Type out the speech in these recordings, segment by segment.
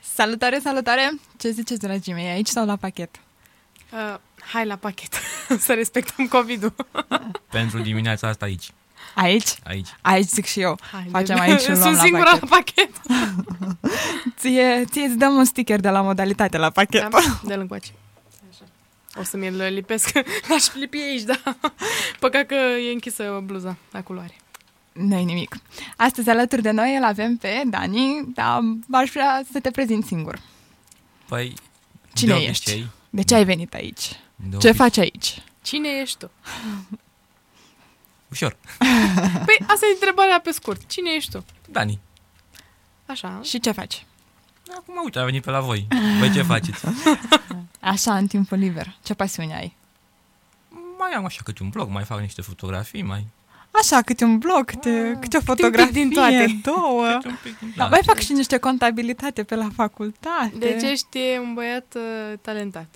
Salutare, salutare! Ce ziceți, dragii mei, aici sau la pachet? Uh, hai la pachet, să respectăm COVID-ul. Pentru dimineața asta aici. Aici? Aici. Aici zic și eu. Hai, Facem de- aici un luăm Sunt la singura pachet. la pachet. Ție, ție îți dăm un sticker de la modalitate la pachet. Da, de lâncoace. Așa. O să mi-l lipesc. L-aș lipi aici, da. Păcat că e închisă bluza la culoare. Nu-i nimic. Astăzi alături de noi îl avem pe Dani, dar aș vrea să te prezint singur. Păi, Cine de ești? Obicei, De ce ai venit aici? de Ce obicei- faci aici? Cine ești tu? Ușor. Păi asta e întrebarea pe scurt. Cine ești tu? Dani. Așa. Și ce faci? Acum, uite, a venit pe la voi. Voi ce faceți? Așa, în timpul liber. Ce pasiune ai? Mai am așa câte un blog, mai fac niște fotografii, mai... Așa, câte un blog, câte, câte o fotografie, din toate. două. câte un pic din- Da, mai fac și niște contabilitate pe la facultate. Deci ești un băiat uh, talentat.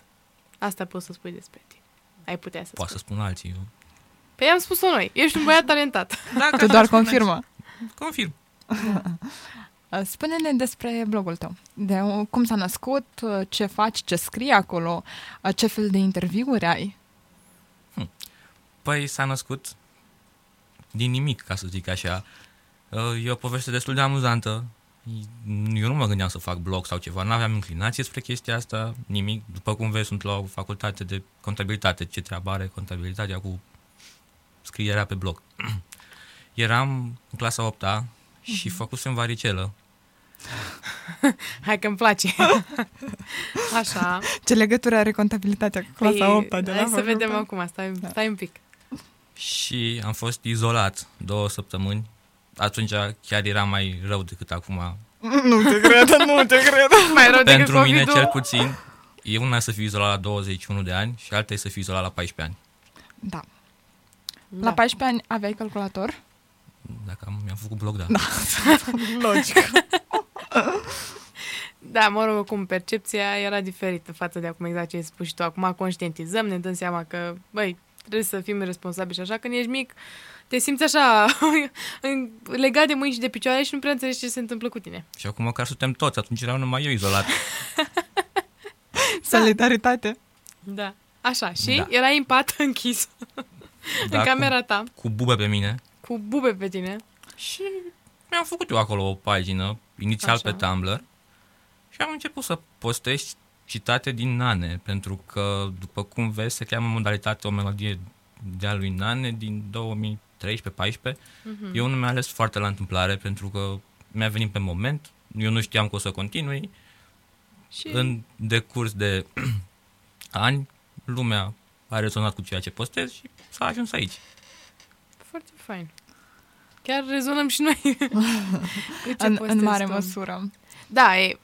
Asta pot să spui despre tine. Ai putea să Poate să spui. spun alții. eu. Păi am spus-o noi. Ești un băiat talentat. Dacă Tu doar spuneți- confirmă. Confirm. Uh, Spune-ne despre blogul tău. De cum s-a născut, uh, ce faci, ce scrii acolo, uh, ce fel de interviuri ai. Păi s-a născut din nimic, ca să zic așa. Uh, E o poveste destul de amuzantă. Eu nu mă gândeam să fac blog sau ceva, nu aveam inclinație spre chestia asta, nimic. După cum vezi, sunt la o facultate de contabilitate. Ce treabă are contabilitatea cu scrierea pe blog? Eram în clasa 8 -a și făcusem varicelă. Hai că îmi place. Așa. Ce legătură are contabilitatea cu Păi, Hai să vedem acum. Stai, stai un pic. și am fost izolat două săptămâni. Atunci chiar era mai rău decât acum. Nu te cred, nu te cred. Mai rău decât Pentru mine Adică COVID-ul. cel puțin, e una să fiu izolat la 21 de ani și alta e să fiu izolat la 14 ani. Da. Da. La 14 ani aveai calculator? Dacă am, mi-am făcut blog, da. da. Logic. Da, mă rog, cum percepția era diferită față de acum, exact ce ai spus și tu. Acum conștientizăm, ne dăm seama că, băi, trebuie să fim responsabili și așa. Când ești mic, te simți așa în- legat de mâini și de picioare și nu prea înțelegi ce se întâmplă cu tine. Și acum măcar suntem toți, atunci eram numai eu izolat. Solidaritate. Da. Așa, și Da. da. erai în pat închis, da, în camera Cu, ta, cu bube pe mine. cu bube pe tine. Și mi-am făcut eu acolo o pagină, inițial Așa. Așa. pe Tumblr, și am început să postez citate din Nane, pentru că, după cum vezi, se cheamă modalitate o melodie de-a lui Nane din 2013-14. Eu nu mi-am ales foarte la întâmplare, pentru că mi-a venit pe moment, eu nu știam că o să continui. Și În decurs de ani, lumea a rezonat cu ceea ce postez și s-a ajuns aici. foarte fain. Chiar rezonăm și noi cu ce În, în postezi mare tu. măsură. Da, e,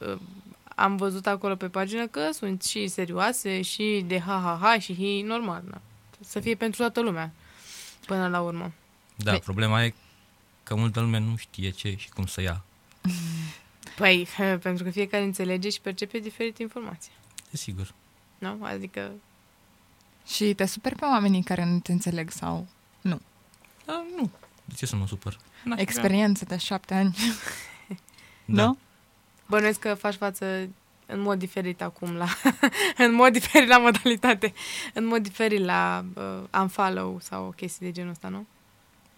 am văzut acolo pe pagină că sunt și serioase și de ha-ha-ha și hi, normal, na. Să fie pentru toată lumea, până la urmă. Da, Păi- problema e că multă lume nu știe ce și cum să ia. Păi, pentru că fiecare înțelege și percepe diferite informații, Desigur. nu? Adică, Și te super pe oamenii care nu te înțeleg sau Dar nu. De ce să mă supăr? N-aș vrea. experiență de șapte ani. Da. Nu? bănuiesc că faci față în mod diferit acum la... în mod diferit la modalitate, în mod diferit la uh, unfollow sau chestii de genul ăsta, nu?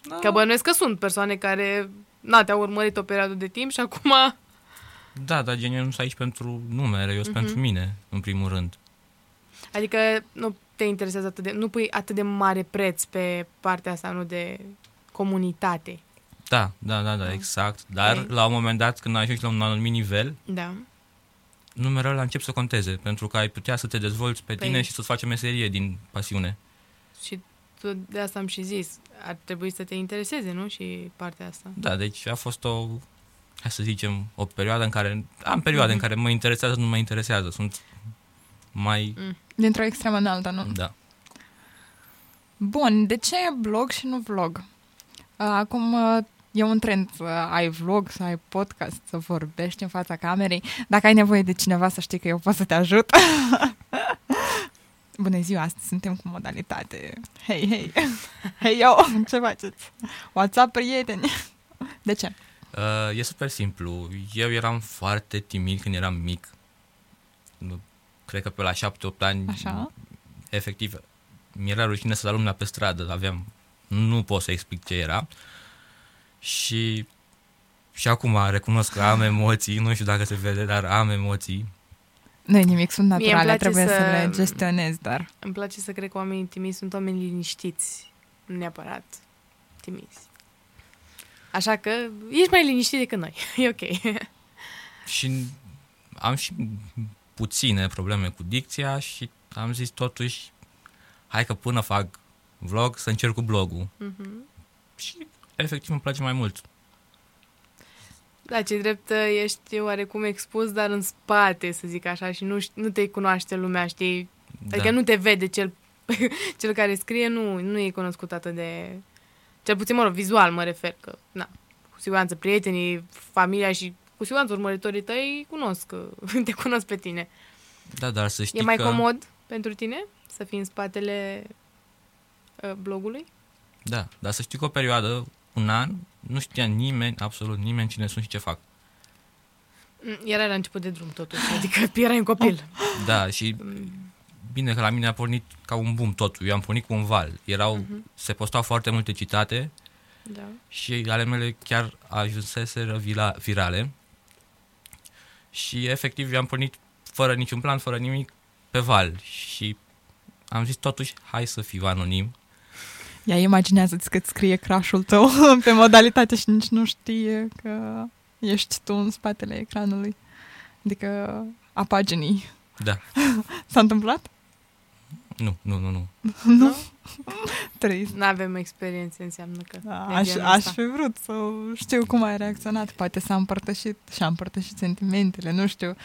Da. Că bănuiesc că sunt persoane care, na, te-au urmărit o perioadă de timp și acum... da, dar gen, eu nu sunt aici pentru numere, eu sunt Mhm. pentru mine, în primul rând. Adică nu te interesează atât de... Nu pui atât de mare preț pe partea asta, nu de comunitate. Da, da, da, da, exact. Dar Ok. la un moment dat, când ajungi la un anumit nivel, Da. numerele încep să conteze, pentru că ai putea să te dezvolți pe Păi- tine și să-ți faci o meserie din pasiune. Și tu, de asta am și zis. Ar trebui să te intereseze, nu? Și partea asta. Da, deci a fost o, hai să zicem, o perioadă în care, am perioade în Mhm. care mă interesează, nu mă interesează, sunt mai, Dintr-o extremă în alta, Mm. nu? da. Bun, de ce blog și nu vlog? Uh, Acum uh, e un trend să ai vlog, să ai podcast, să vorbești în fața camerei. Dacă ai nevoie de cineva să știi că eu pot să te ajut. Bună ziua, astăzi suntem cu modalitate. Hei, hei! Hei, eu, ce faceți? WhatsApp, prieteni! De ce? Uh, e super simplu. Eu eram foarte timid când eram mic. Nu- Cred că pe la 7-8 ani, Așa? efectiv, mi-era rușine să-l alumna pe stradă. Aveam, nu pot să explic ce era. Și și acum recunosc că am emoții, nu știu dacă se vede, dar am emoții. Nu e nimic, sunt Mie îmi naturale, place trebuie să... să- le gestionez, dar... Îmi place să cred că oamenii timizi sunt oameni liniștiți, nu neapărat timizi. Așa că ești mai liniștit decât noi. E ok. Și am și puține probleme cu dicția și am zis totuși, hai că până fac vlog să încerc cu blogul. Mhm. Și efectiv îmi place mai mult. Da, ce drept ești oarecum expus, dar în spate, să zic așa, și nu, ș- nu te cunoaște lumea, știi? Da. Adică nu te vede cel, cel care scrie, nu, nu e cunoscut atât de... Cel puțin, mă rog, vizual mă refer, că, na, cu siguranță prietenii, familia și cu siguranță urmăritorii tăi cunosc, că te cunosc pe tine. da, dar să știi e mai că, comod pentru tine să fii în spatele uh, blogului? Da, dar să știi că o perioadă, un an, nu știa nimeni, absolut nimeni cine sunt și ce fac. Mm, Era la început de drum, totuși, adică erai un copil. Da, și bine că la mine a pornit ca un boom totul. Eu am pornit cu un val. Erau, Mhm. se postau foarte multe citate Da. și ale mele chiar ajunseseră vila- virale. Și efectiv eu am pornit fără niciun plan, fără nimic, pe val. Și am zis totuși, hai să fiu anonim. Ia imaginează-ți că scrie crash-ul tău pe modalitate și nici nu știe că ești tu în spatele ecranului. Adică a paginii. Da, S-a întâmplat? nu, nu, nu, nu. Nu? Trist. Nu avem experiențe, înseamnă că... Da, de aș, genul aș ăsta. fi vrut să știu cum ai reacționat. Poate s-a împărtășit și a împărtășit sentimentele, nu știu.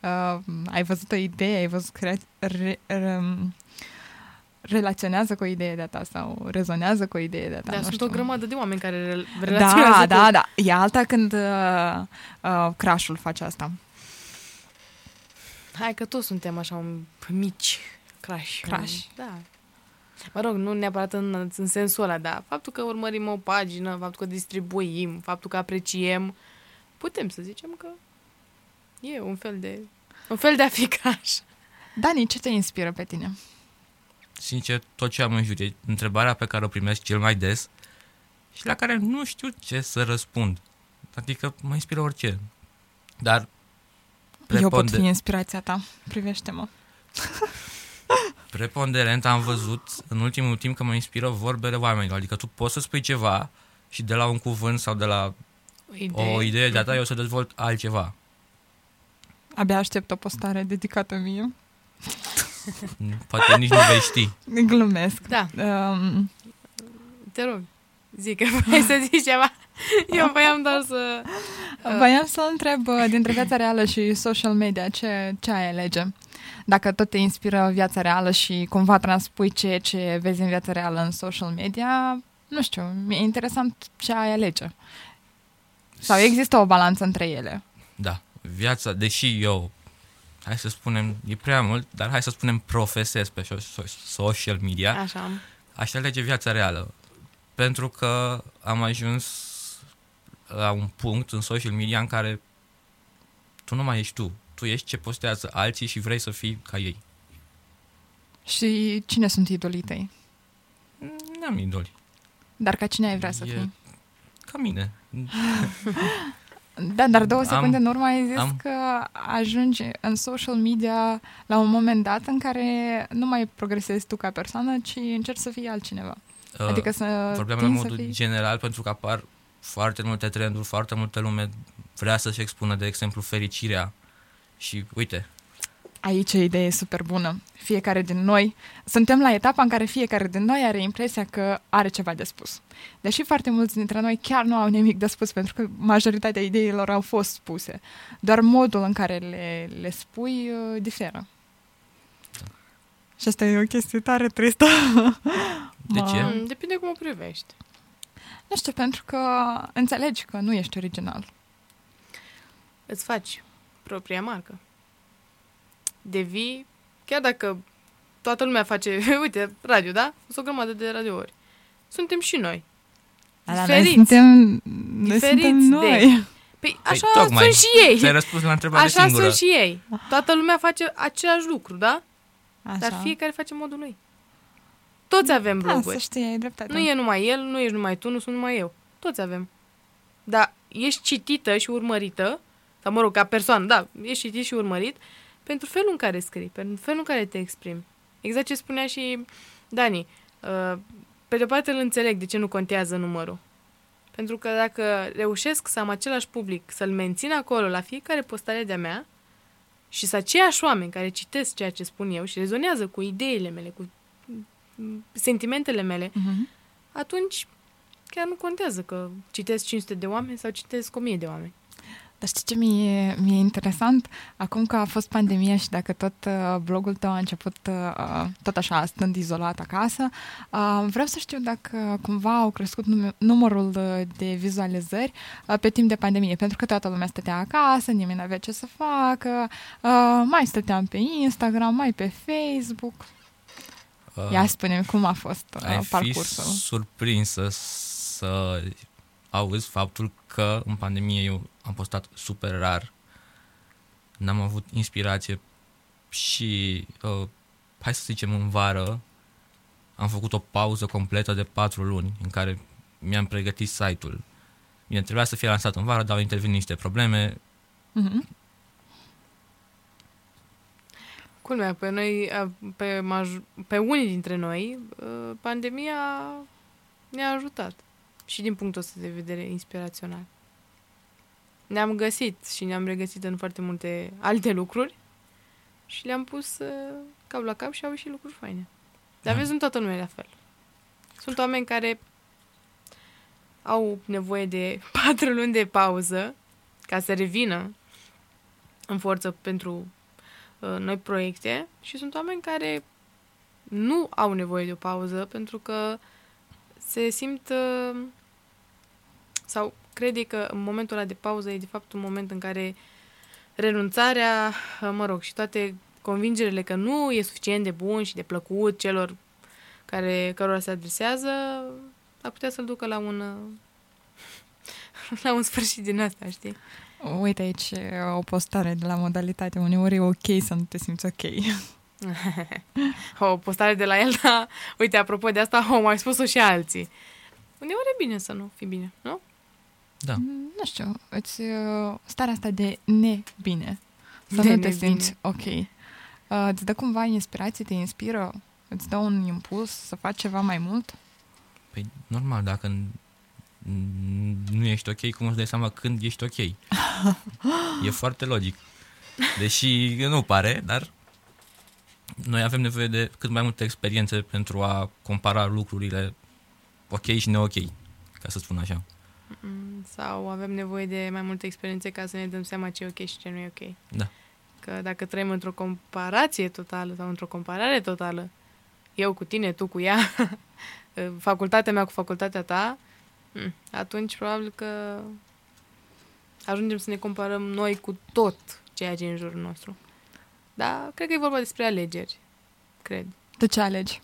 Uh, ai văzut o idee, ai văzut că rea- re, re, relaționează cu o idee de-a ta sau rezonează cu o idee de-a ta. Da, nu sunt știu. o grămadă de oameni care rel- relaționează Da, da, cu... da. E alta când uh, uh, crash-ul face asta. Hai că toți suntem așa un mici crash. Crash. Da. Mă rog, nu neapărat în, în sensul ăla, dar faptul că urmărim o pagină, faptul că distribuim, faptul că apreciem, putem să zicem că e un fel de... Un fel de a fi crash. Dani, ce te inspiră pe tine? sincer, tot ce am în jur e întrebarea pe care o primesc cel mai des și la care nu știu ce să răspund. Adică mă inspiră orice. Dar Eu pot preponde- fi inspirația ta. Privește-mă. preponderent am văzut în ultimul timp că mă inspiră vorbele oamenilor. Adică tu poți să spui ceva și de la un cuvânt sau de la O o idee de-a ta eu o să dezvolt altceva. Abia aștept o postare dedicată mie. Poate nici nu vei ști. Glumesc. Da, Um, te rog. Zic că vrei să zici ceva. Eu voiam doar să... voiam să întreb uh, dintre viața reală și social media ce, ce ai alege? Dacă tot te inspiră viața reală și cumva transpui ce, ce vezi în viața reală în social media, nu știu, e interesant ce ai alege. Sau există o balanță între ele? Da, viața, deși eu, hai să spunem, e prea mult, dar hai să spunem profesez pe so- so- social media. Așa. aș alege viața reală. Pentru că am ajuns la un punct în social media în care tu nu mai ești tu. Tu ești ce postează alții și vrei să fii ca ei. Și cine sunt idolii tăi? N-am idoli. Dar ca cine ai vrea să E- fii? Ca mine. Da, dar două Am- secunde în urmă ai zis am. că ajungi în social media la un moment dat în care nu mai progresezi tu ca persoană, ci încerci să fii altcineva. Uh, adică să Vorbeam la tinzi să modul fii... general pentru că apar foarte multe trenduri, foarte multă lume vrea să-și expună, de exemplu, fericirea. Și uite, Aici e idee super bună. Fiecare din noi, suntem la etapa în care fiecare din noi are impresia că are ceva de spus. Deși foarte mulți dintre noi chiar nu au nimic de spus, pentru că majoritatea ideilor au fost spuse. Doar modul în care le, le spui uh, diferă. Și asta e o chestie tare tristă. de ce? Mamă. Mm, Depinde cum o privești. Nu știu, pentru că înțelegi că nu ești original. Îți faci propria marcă. Devii, chiar dacă toată lumea face, uite, radio, da? Sunt o grămadă de radiouri. Suntem și noi. Dar noi Diferiți. suntem Noi diferiți suntem de- noi. Păi Păi, așa tocmai, sunt și ei. Ți-ai răspuns la întrebare Așa singură. sunt și ei. Toată lumea face același lucru, da? Așa. Dar fiecare face în modul lui. Toți avem da, să bloguri. știi, ai dreptate. Nu e numai el, nu ești numai tu, nu sunt numai eu. Toți avem. Dar ești citită și urmărită, sau mă rog, ca persoană, da, ești citit și urmărit, pentru felul în care scrii, pentru felul în care te exprimi. Exact ce spunea și Dani. Uh, Pe de-o parte îl înțeleg de ce nu contează numărul. Pentru că dacă reușesc să am același public, să-l mențin acolo la fiecare postare de-a mea și să aceiași oameni care citesc ceea ce spun eu și rezonează cu ideile mele, cu mm, sentimentele mele, Mhm. atunci chiar nu contează că citesc 500 de oameni sau citesc 1000 de oameni. Dar știi ce mi-e, mi-e interesant? Acum că a fost pandemia și dacă tot uh, blogul tău a început uh, tot așa, stând izolat acasă, uh, vreau să știu dacă cumva au crescut num- numărul uh, de vizualizări uh, pe timp de pandemie, pentru că toată lumea stătea acasă, nimeni nu avea ce să facă, uh, mai stăteam pe Instagram, mai pe Facebook. Uh, Ia spune cum a fost uh, ai fi parcursul. surprinsă să auzi faptul că în pandemie eu am postat super rar. N-am avut inspirație și, uh, hai să zicem, în vară am făcut o pauză completă de patru luni în care mi-am pregătit site-ul. Bine, trebuia să fie lansat în vară, dar au intervenit niște probleme. Mhm. Culmea, pe noi, a, pe, maj- pe unii dintre noi, uh, pandemia ne-a ajutat. Și din punctul ăsta de vedere inspirațional. Ne-am găsit și ne-am regăsit în foarte multe alte lucruri și le-am pus uh, cap la cap și au ieșit lucruri faine. Dar Da. vezi, nu toată lumea e la fel. Sunt oameni care au nevoie de patru luni de pauză ca să revină în forță pentru uh, noi proiecte și sunt oameni care nu au nevoie de o pauză pentru că se simt uh, sau crede că în momentul ăla de pauză e de fapt un moment în care renunțarea, uh, mă rog, și toate convingerile că nu e suficient de bun și de plăcut celor care, cărora se adresează, ar putea să-l ducă la un uh, la un sfârșit din asta, știi? Uite aici uh, o postare de la modalitate. Uneori e ok să nu te simți ok. o postare de la el, dar uite, apropo de asta, au mai spus-o și alții. Uneori e bine să nu fii bine, nu? Da. nu știu, îți, uh, starea asta de nebine, să De nu te nebine. simți ok. Uh, Îți dă cumva inspirație, te inspiră, îți dă un impuls să faci ceva mai mult? Păi, normal, dacă n- n- nu ești ok, cum îți dai seama când ești ok? E foarte logic. Deși nu pare, dar noi avem nevoie de cât mai multe experiențe pentru a compara lucrurile ok și neok, ca să spun așa. Mm, Sau avem nevoie de mai multe experiențe ca să ne dăm seama ce e ok și ce nu e ok. Da. Că dacă trăim într-o comparație totală sau într-o comparare totală, eu cu tine, tu cu ea, facultatea mea cu facultatea ta, mm, atunci probabil că ajungem să ne comparăm noi cu tot ceea ce e în jurul nostru. Dar cred că e vorba despre alegeri, cred. Tu ce alegi?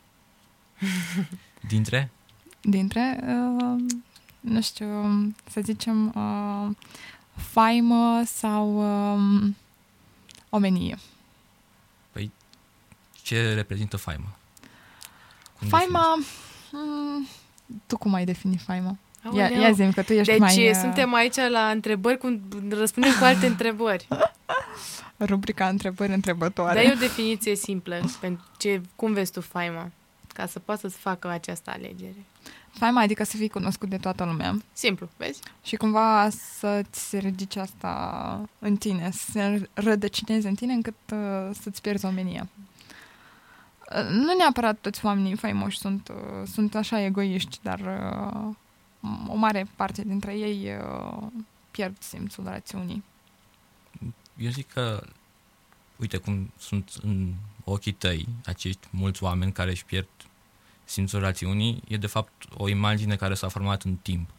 Dintre? Dintre, uh, nu știu, să zicem, uh, faimă sau um, omenie. Ce reprezintă faima? Cum Faima, mm, tu cum ai defini faima? Ia, Aoleu. ia zi că tu ești deci mai... mai, uh, suntem aici la întrebări, cu, răspundem cu alte întrebări. uh, Rubrica întrebări întrebătoare. Dai o definiție simplă pentru ce, cum vezi tu faima, ca să poată să-ți facă această alegere. Faima adică să fii cunoscut de toată lumea. Simplu, vezi? Și cumva să-ți ridici asta în tine, să se rădăcinezi în tine încât uh, să-ți pierzi omenia. Uh, Nu neapărat toți oamenii faimoși sunt, uh, sunt așa egoiști, dar uh, o mare parte dintre ei uh, pierd simțul rațiunii. Eu zic că, uite cum sunt în ochii tăi acești mulți oameni care își pierd simțul rațiunii, e de fapt o imagine care s-a format în timp.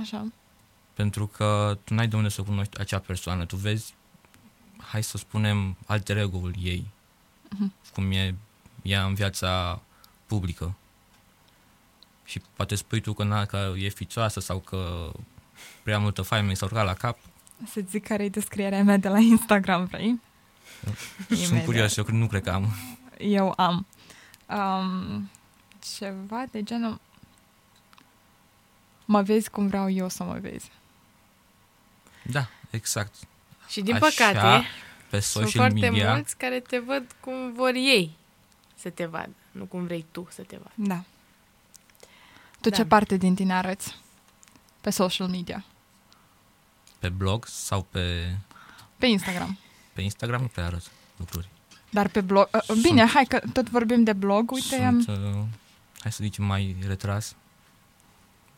Așa. Pentru că tu n-ai de unde să cunoști acea persoană. Tu vezi, hai să spunem, alter ego-ul ei. Mhm. Cum e ea în viața publică. Și poate spui tu că, na, că e fițoasă sau că prea multă faimă mi s-a urcat la cap. Să-ți zic care e descrierea mea de la Instagram, vrei? Sunt Imediat. curios, eu cred- nu cred că am. Eu am. Um, ceva de genul... Mă vezi cum vreau eu să mă vezi. Da, exact. Și din Așa, păcate, Pe sunt social foarte media. mulți care te văd cum vor ei să te vadă, nu cum vrei tu să te vadă. Da. Tu Da. ce parte din tine arăți? Pe social media. Pe blog sau pe, Pe Instagram. pe Instagram nu prea arăt lucruri. Dar pe blog... Uh, uh, bine, hai că tot vorbim de blog. Uite, am- Sunt, uh, hai să zicem, mai retras.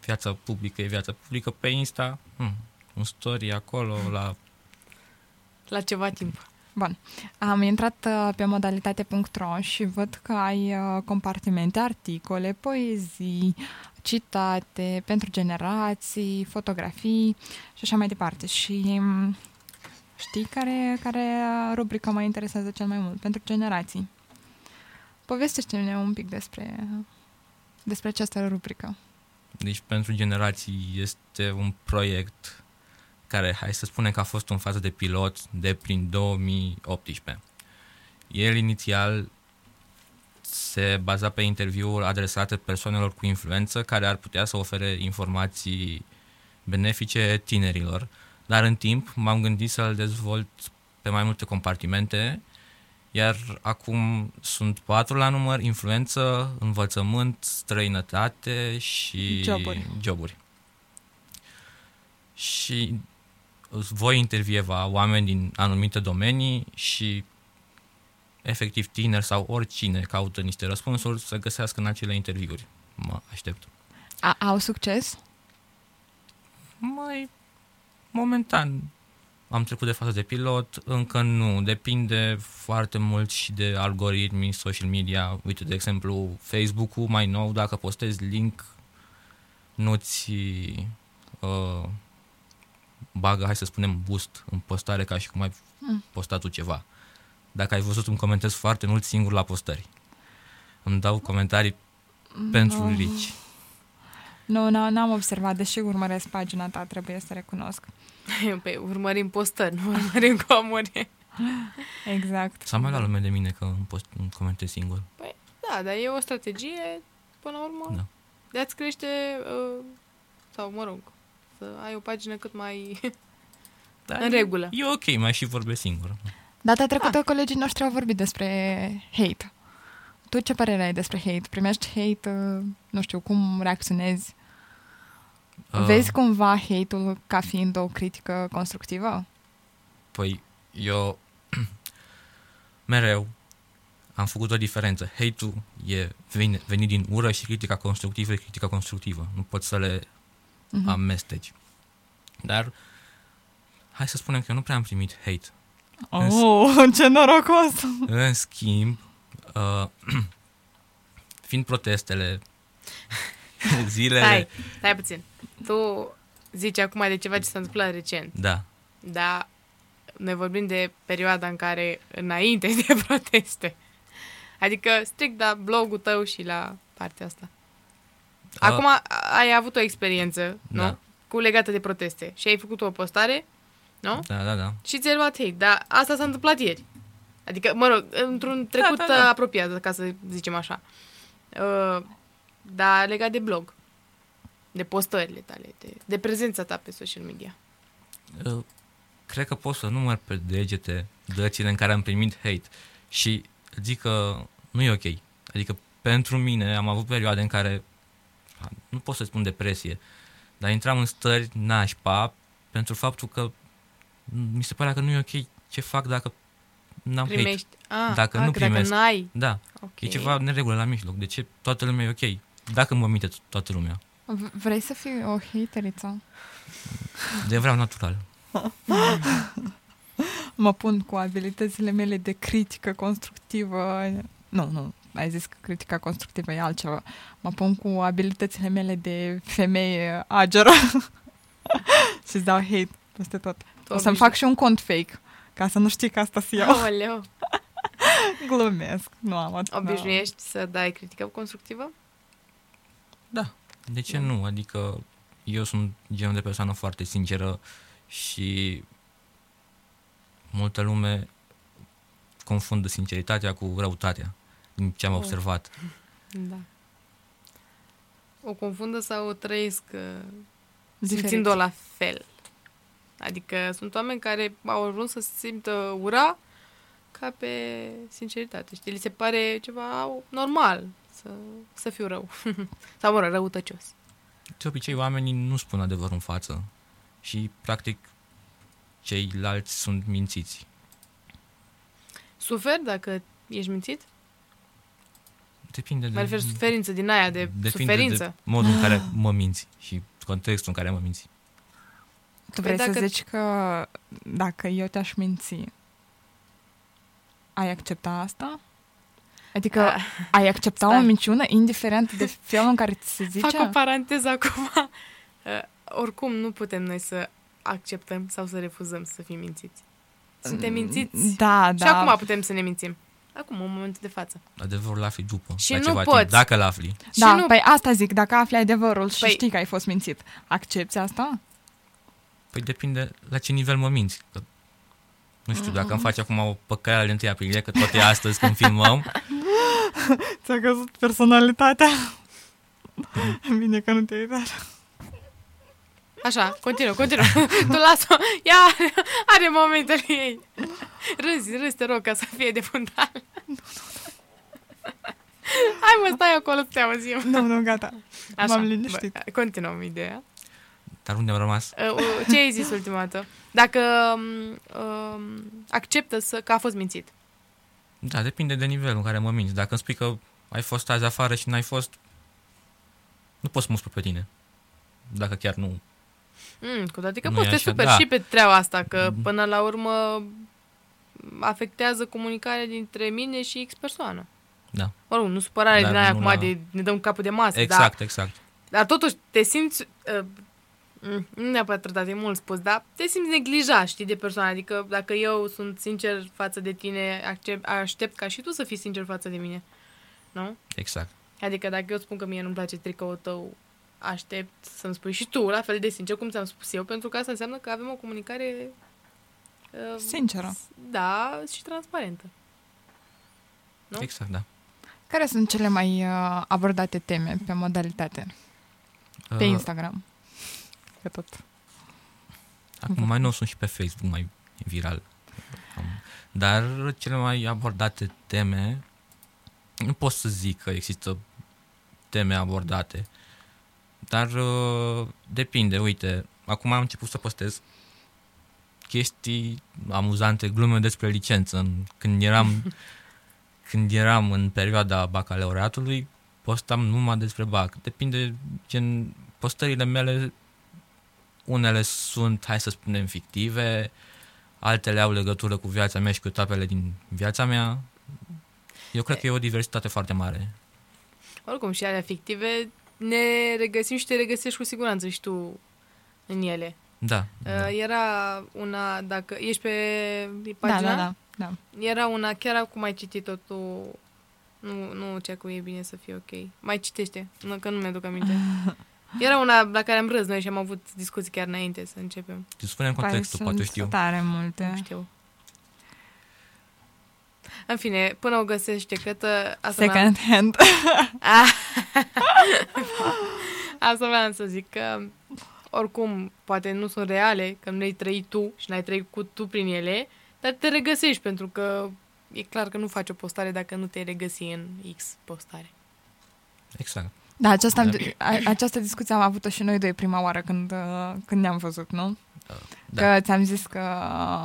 Viața publică e viața publică pe Insta. Hm, un story acolo la... La ceva timp. Am intrat uh, pe modalitate.ro și văd că ai uh, compartimente, articole, poezii, citate pentru generații, fotografii și așa mai departe. Și um, știi care, care uh, rubrică mă interesează cel mai mult? Pentru generații. Povestește-ne un pic despre, despre această rubrică. Deci pentru generații este un proiect care, hai să spunem că a fost în fază de pilot de prin 2018. El inițial se baza pe interviuri adresate persoanelor cu influență care ar putea să ofere informații benefice tinerilor, dar în timp m-am gândit să-l dezvolt pe mai multe compartimente, iar acum sunt patru la număr, influență, învățământ, străinătate și Joburi. joburi. Și voi intervieva oameni din anumite domenii și efectiv tineri sau oricine caută niște răspunsuri să găsească în acele interviuri. Mă aștept. A, au succes? Mai momentan am trecut de fază de pilot, încă nu. Depinde foarte mult și de algoritmii social media. Uite, de exemplu, Facebook-ul mai nou, dacă postezi link, nu-ți uh, bagă, hai să spunem, boost în postare ca și cum ai Mm. postat tu ceva. Dacă ai văzut, îmi comentez foarte mult singur la postări. Îmi dau comentarii pentru Mm, Nu. rici. Nu, n- n-am observat, deși urmăresc pagina ta, trebuie să recunosc. Păi urmărim postări, nu urmărim comori. Exact. S-a mai luat lumea de mine că îmi, post, îmi comentez singur. Da, dar e o strategie, până la urmă, Da. de a-ți crește, uh, sau mă rog, să ai o pagină cât mai Dar în regulă. E ok, mai și vorbesc singur. Data trecută colegii noștri au vorbit despre hate. Tu ce părere ai despre hate? Primești hate, uh, nu știu, cum reacționezi? Ah. Uh. Vezi cumva hate-ul ca fiind o critică constructivă? Păi, eu mereu am făcut o diferență. Hate-ul e vine, venit din ură și critica constructivă e critica constructivă. Nu poți să le Mhm. amesteci. Dar hai să spunem că eu nu prea am primit hate. Oh, ce norocos! În schimb, uh, fiind protestele, zilele... Stai, stai puțin. Tu zici acum de ceva ce s-a întâmplat recent, Da, dar noi vorbim de perioada în care, înainte de proteste, adică strict la blogul tău și la partea asta. A- Acum ai avut o experiență, nu? Da. Cu legată de proteste și ai făcut o postare, nu? da, da, da. Și ți-ai luat hate, dar asta s-a întâmplat ieri. Adică, mă rog, într-un trecut uh, da, da. apropiat, ca să zicem așa. Uh, dar legat de blog, de postările tale, de, de prezența ta pe social media. Eu Uh, cred că pot să număr pe degete dățile în care am primit hate și zic că nu e ok. Adică pentru mine am avut perioade în care, nu pot să spun depresie, dar intram în stări nașpa pentru faptul că mi se părea că nu e ok ce fac dacă n-am hate. Primești. Ah, Dacă ah, nu că dacă primesc. n-ai. Da, ok. e ceva neregulă la mijloc. De ce toată lumea e ok? Dacă mă minte to- toată lumea. V- Vrei să fii o hateriță? De vreau natural. Mă pun cu abilitățile mele de critică constructivă. Nu, nu, ai zis că critica constructivă e altceva. Mă pun cu abilitățile mele de femeie ageră și dau hate peste tot. Tu o să-mi fac și un cont fake, ca să nu știi că asta sunt eu. Aoleu. Glumesc, nu am Da. atât. Obișnuiești să dai critică constructivă? De ce nu? Adică eu sunt genul de persoană foarte sinceră și multă lume confundă sinceritatea cu răutatea, din ce am Oh. observat. Da. O confundă sau o trăiesc uh, Diferit. simțind-o la fel. Adică sunt oameni care au ajuns să simtă ura ca pe sinceritate. Știi, li se pare ceva normal să, să fiu rău. sau, mă rog, răutăcios. De obicei, oamenii nu spun adevărul în față și, practic, ceilalți sunt mințiți. Suferi dacă ești mințit? Depinde Mă refer de... suferință din aia de Depinde suferință. de modul în Ah. care mă minți și contextul în care mă minți. Tu Păi vrei să dacă- zici că dacă eu te-aș minți, ai accepta asta? Adică Ah, ai accepta stai. o minciună indiferent de felul în care ți se zice? Fac o paranteză acum. Uh, oricum, nu putem noi să acceptăm sau să refuzăm să fim mințiți. Suntem mințiți. Da, da. Și acum putem să ne mințim. Acum, în momentul de față. Adevărul afli după. Și la nu ceva poți. Timp, dacă l afli. Da, și nu... păi asta zic, dacă afli adevărul și Păi- știi că ai fost mințit, accepti asta? Păi depinde la ce nivel mă minți. Că, nu știu, dacă îmi faci acum o păcăială de 1 aprilie, că tot e astăzi când filmăm, Ți-a căzut personalitatea? Bine că nu te-ai dat. Așa, continuă, continuă. tu lasă Ea are, are momentele ei. Râzi, râzi, te rog, ca să fie de fundal. Hai mă, stai acolo să te auzim. Nu, nu, gata. M-am liniștit. Bă, continuăm ideea. dar unde am rămas? Uh, uh, Ce ai zis ultima dată? Dacă um, um, acceptă să, că a fost mințit. Da, depinde de nivelul în care mă minți. Dacă îmi spui că ai fost azi afară și n-ai fost, nu poți să mă spui pe tine. Dacă chiar nu. Mm, cu toate că Nu poți e să te așa, super da. Mhm. și pe treaba asta, că până la urmă afectează comunicarea dintre mine și X persoană. Da. Mă rog, nu supărare Dar din aia nu acum la- de ne dăm capul de masă, dar Exact, exact. Dar totuși te simți... Uh, mm, nu neapărat trădat, e mult spus, dar te simți neglijat, știi, de persoană. Adică dacă eu sunt sincer față de tine, accept, aștept ca și tu să fii sincer față de mine. Nu? Exact. Adică dacă eu spun că mie nu-mi place tricoul tău, aștept să-mi spui și tu la fel de sincer cum ți-am spus eu, pentru că asta înseamnă că avem o comunicare... uh, Sinceră. s- Da, și transparentă. Nu? Exact, da. Care sunt cele mai uh, abordate teme pe modalitate? Pe Uh, Instagram. Pe tot. Acum mai nou sunt și pe Facebook, mai e viral. Am- Dar cele mai abordate teme, nu pot să zic că există teme abordate, dar uh, depinde, uite, acum am început să postez chestii amuzante, glume despre licență. În- Când eram, când eram în perioada bacalaureatului, postam numai despre bac. Depinde, gen, postările mele unele sunt, hai să spunem, fictive, altele au legătură cu viața mea și cu etapele din viața mea. Eu cred că e o diversitate foarte mare. Oricum, și alea fictive ne regăsim și te regăsești cu siguranță și tu în ele. Da. da. Uh, era una, dacă ești pe Da, pagina, da, da, da. era una, chiar acum ai citit-o tu, nu, nu cea cu e bine să fie ok. Mai citește, nu, că nu mi-aduc aminte. Era una la care am râs noi și am avut discuții chiar înainte să începem. Îți spunem contextul, Păi poate sunt știu. tare Nu multe. știu. În fine, până o găsește cătă, asta mi-am- Second hand. Ah. Asta vreau să zic că oricum, poate nu sunt reale, că nu le-ai trăit tu și n-ai trăit cu tu prin ele, dar te regăsești pentru că e clar că nu faci o postare dacă nu te regăsi în X postare. Exact. Da, aceasta, am, Da. a, această discuție am avut-o și noi doi prima oară când, uh, când ne-am văzut, nu? Da. Că ți-am zis că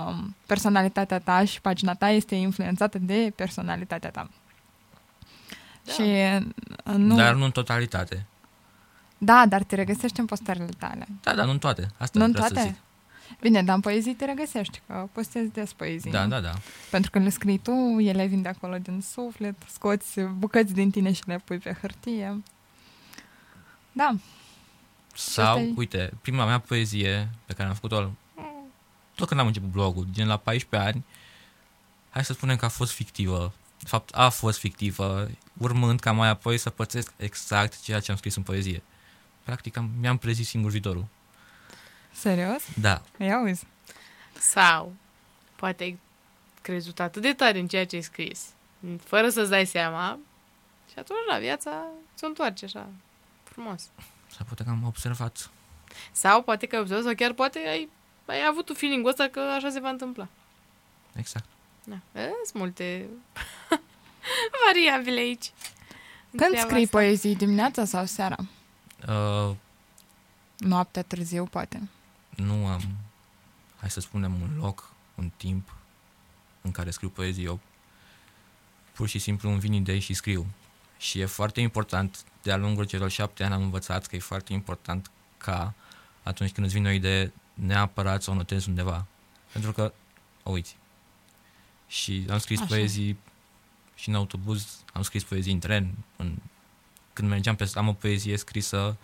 uh, personalitatea ta și pagina ta este influențată de personalitatea ta. Da. Și uh, nu... Dar nu în totalitate. Da, dar te regăsești în postările tale. Da, dar nu în toate. Asta Nu în vreau Să toate? zic. Bine, dar în poezii te regăsești, că postezi des poezii. Da, da, da. Pentru că le scrii tu, ele vin de acolo din suflet, scoți bucăți din tine și le pui pe hârtie. Da, Sau, asta e- uite, prima mea poezie pe care am făcut-o tot când am început blogul, gen la 14 ani, hai să spunem că a fost fictivă. De fapt, a fost fictivă, urmând ca mai apoi să pățesc exact ceea ce am scris în poezie. practic am, mi-am prezis singur viitorul. Serios? Da, Ia uzi. Sau poate ai crezut atât de tare în ceea ce ai scris, fără să-ți dai seama, și atunci la viața se întoarce așa, frumos. s-ar putea că am observat. Sau poate că ai observat, sau chiar poate ai, ai avut un feeling ăsta că așa se va întâmpla. Exact. Da. E, Sunt multe variabile aici. Când Treaba scrii asta. poezii, dimineața sau seara? Uh, Noaptea târziu, poate. nu am, hai să spunem, un loc, un timp în care scriu poezie. Eu pur și simplu îmi vin idei și scriu. Și e foarte important, de-a lungul celor șapte ani am învățat că e foarte important ca atunci când îți vine o idee, neapărat să o notezi undeva. Pentru că o uiți. Și am scris Așa. Așa. poezii și în autobuz, am scris poezii în tren. În, când mergeam pe am o poezie scrisă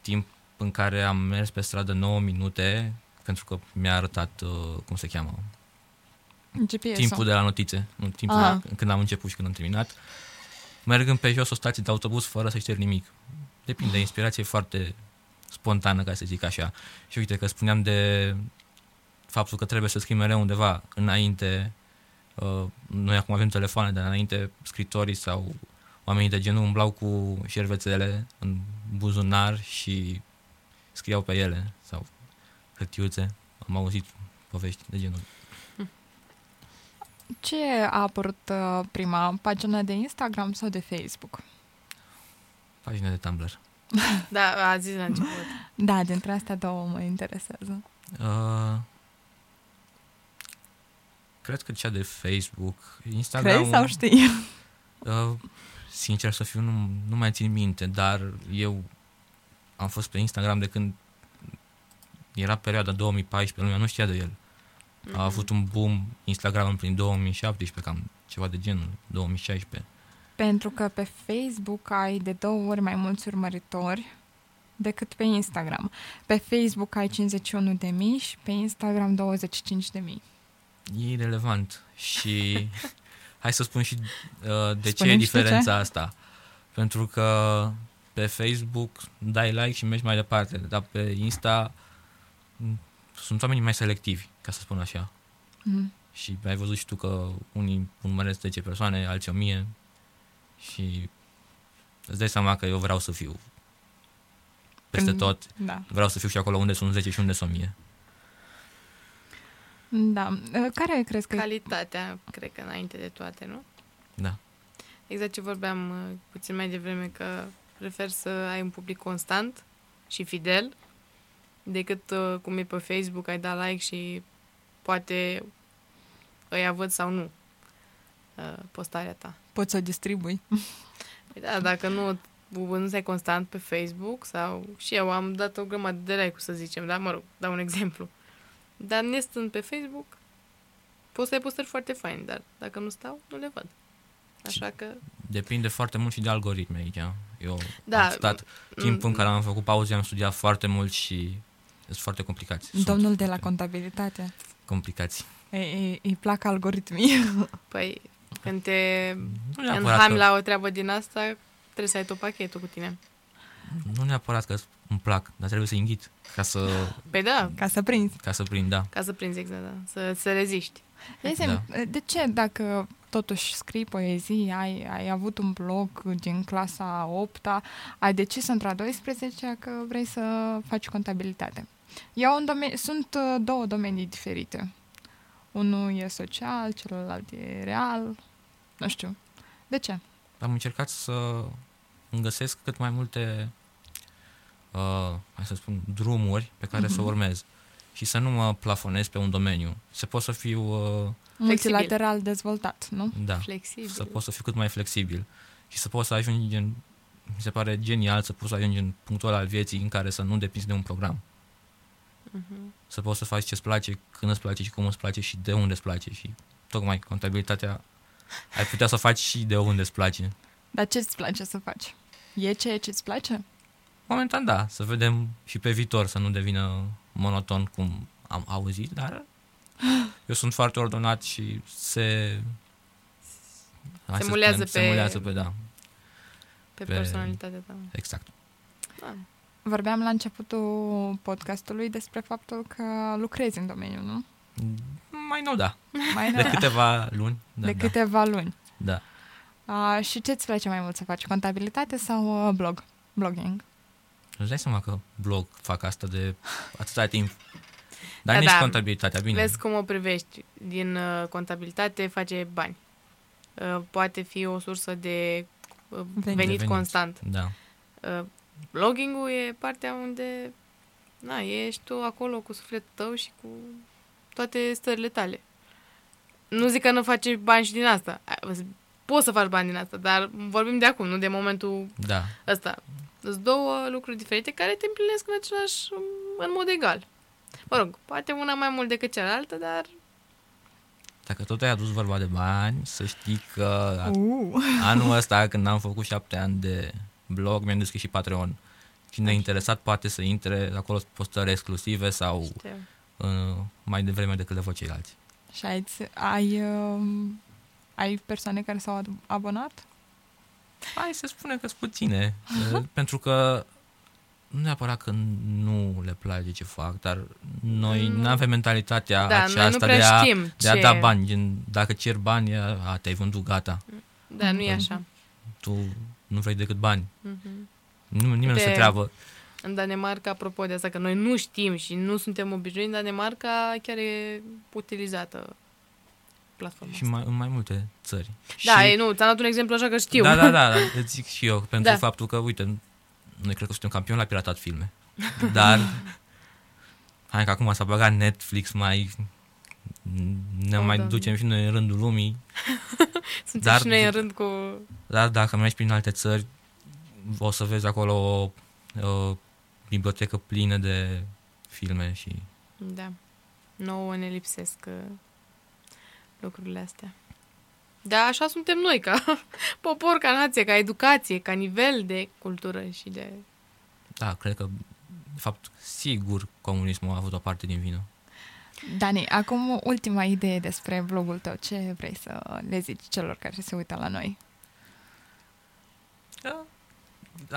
timp în care am mers pe stradă 9 minute pentru că mi-a arătat, uh, cum se cheamă, GPS-ul. timpul de la notițe, nu, timpul Ah. de, când am început și când am terminat. Mergând pe jos o stație de autobuz fără să șterg nimic. Depinde, inspirație foarte spontană, ca să zic așa. Și uite că spuneam de faptul că trebuie să scrii mereu undeva înainte. Uh, noi acum avem telefoane, dar înainte scritorii sau oamenii de genul umblau cu șervețele în buzunar și scriau pe ele sau hârtiuțe. Am auzit povești de genul. Ce a apărut uh, prima? Pagina de Instagram sau de Facebook? Pagina de Tumblr. Da, a zis la început. Da, dintre astea două mă interesează. Uh, cred că cea de Facebook, Instagram. Crezi sau știi? Uh, sincer să fiu, nu, nu mai țin minte, dar eu am fost pe Instagram de când era perioada 2014, lumea nu știa de el. Mhm. A avut un boom Instagram prin 2017, cam ceva de genul, 2016. Pentru că pe Facebook ai de două ori mai mulți urmăritori decât pe Instagram. Pe Facebook ai 51 de mii și pe Instagram 25 de mii. E irrelevant și hai să spun și uh, de ce Spune-mi e și diferența asta. Pentru că pe Facebook dai like și mergi mai departe, dar pe Insta m, sunt oamenii mai selectivi, ca să spun așa. Mm. Și ai văzut și tu că unii urmăresc 10 persoane, alții 1000 și îți dai seama că eu vreau să fiu peste Când- tot, Da. vreau să fiu și acolo unde sunt 10 și unde sunt 1000. Da. Uh, Care crezi că e Calitatea, cred că înainte de toate, nu? Da. Exact ce vorbeam uh, puțin mai devreme, că prefer să ai un public constant și fidel decât uh, cum e pe Facebook, ai dat like și poate îi văd sau nu uh, postarea ta. poți să o distribui? Păi Da, dacă nu, nu stai constant pe Facebook sau... Și eu am dat o grămadă de like să zicem, da? Mă rog, dau un exemplu. Dar ne stând pe Facebook, poți să ai postări foarte fain, dar dacă nu stau, nu le văd. Așa că... Depinde foarte mult și de algoritmi aici. Eu Da, da, am stat timp Mm. în care am făcut pauze, am studiat foarte mult și sunt foarte complicați. Sunt Domnul de la foarte contabilitate. complicați. Ei, îi plac algoritmii. Păi, când te Nu neapărat, înhami că, la o treabă din asta, trebuie să ai tot pachetul cu tine. nu neapărat că îmi plac, dar trebuie să înghit ca să, Păi da, Ca să prinzi. ca să prind, da. ca să prinzi exact, da. Să, să reziști. Zim, de ce dacă totuși scrii poezii, ai, ai avut un blog din clasa 8 ai decis într-a 12 că vrei să faci contabilitate? Eu un domen- sunt uh, două domenii diferite. Unul e social, celălalt e real, nu știu. De ce? Am încercat să îmi găsesc cât mai multe, uh, hai să spun, drumuri pe care să urmez și să nu mă plafonez pe un domeniu. Să pot să fiu, uh, Multilateral dezvoltat, nu? da. Flexibil. să poți să fii cât mai flexibil și să poți să ajungi în, mi se pare genial să poți să ajungi în punctul ăla al vieții în care să nu depinzi de un program. Mhm. Să poți să faci ce-ți place, când îți place și cum îți place și de unde îți place și tocmai contabilitatea ai putea să o faci și de unde îți place. Dar ce îți place să faci? E ceea ce îți place? Momentan da, să vedem și pe viitor să nu devină monoton cum am auzit, dar eu sunt foarte ordonat și se... hai să mulează spunem, pe- Se mulează pe, da, Pe pe- personalitatea ta. Da. exact. Vorbeam la începutul podcastului despre faptul că lucrezi în domeniu, nu? Mai nou, da. Mai De câteva luni. Da, de da, câteva luni. da. A, și ce îți place mai mult să faci? Contabilitate sau uh, blog? Blogging? Îți dai seama că blog fac asta de atâta timp. Dar Da, nici da. contabilitatea, bine. Vezi cum o privești. Din uh, contabilitate face bani. Uh, poate fi o sursă de uh, venit, venit Venit. constant. Da. Uh, blogging-ul e partea unde na, ești tu acolo cu sufletul tău și cu toate stările tale. Nu zic că nu faci bani și din asta. A, z- Poți să faci bani din asta, dar vorbim de acum, nu de momentul Da, ăsta. Sunt două lucruri diferite care te împlinesc în același, în mod egal. Mă rog, poate una mai mult decât cealaltă, dar dacă tot ai adus vorba de bani, să știi că ac- Uh. anul ăsta, când am făcut șapte ani de blog, mi-am deschis și Patreon. Cine e interesat poate să intre, acolo sunt postări exclusive sau știu. uh, mai devreme decât le fac ceilalți. Și ai, ai, um, ai persoane care s-au ad- abonat? Hai să spune că sunt puține, uh, pentru că nu neapărat că nu le place ce fac, dar noi Mm. nu avem Da, mentalitatea noi nu aceasta prea de a, știm de ce... a da bani. Gen, dacă cer bani, e, a, te-ai vândut, gata. Da, nu e Mm-hmm. așa. Tu nu vrei decât bani. Mhm. Nu, nimeni nu Uite, se treabă. În Danemarca, apropo de asta, că noi nu știm și nu suntem obișnuiți, în Danemarca chiar e utilizată platforma. Și mai, în mai multe țări. Da, și, e, nu, ți-am dat un exemplu așa că știu. Da, da, da, da, îți zic și eu, pentru Da. da. faptul că, uite, noi cred că suntem campioni la piratat filme, dar hai că acum s-a băgat Netflix mai ne Oh, mai Doamne. ducem și noi în rândul lumii, Suntem dar- și noi în rând cu... dar dacă mergi prin alte țări, o să vezi acolo o, o bibliotecă plină de filme și Da. Nouă ne lipsesc uh, lucrurile astea. Da, așa suntem noi, ca popor, ca nație, ca educație, ca nivel de cultură și de... da, cred că de fapt, sigur, comunismul a avut o parte din vină. Dani, acum ultima idee despre blogul tău. Ce vrei să le zici celor care se uită la noi?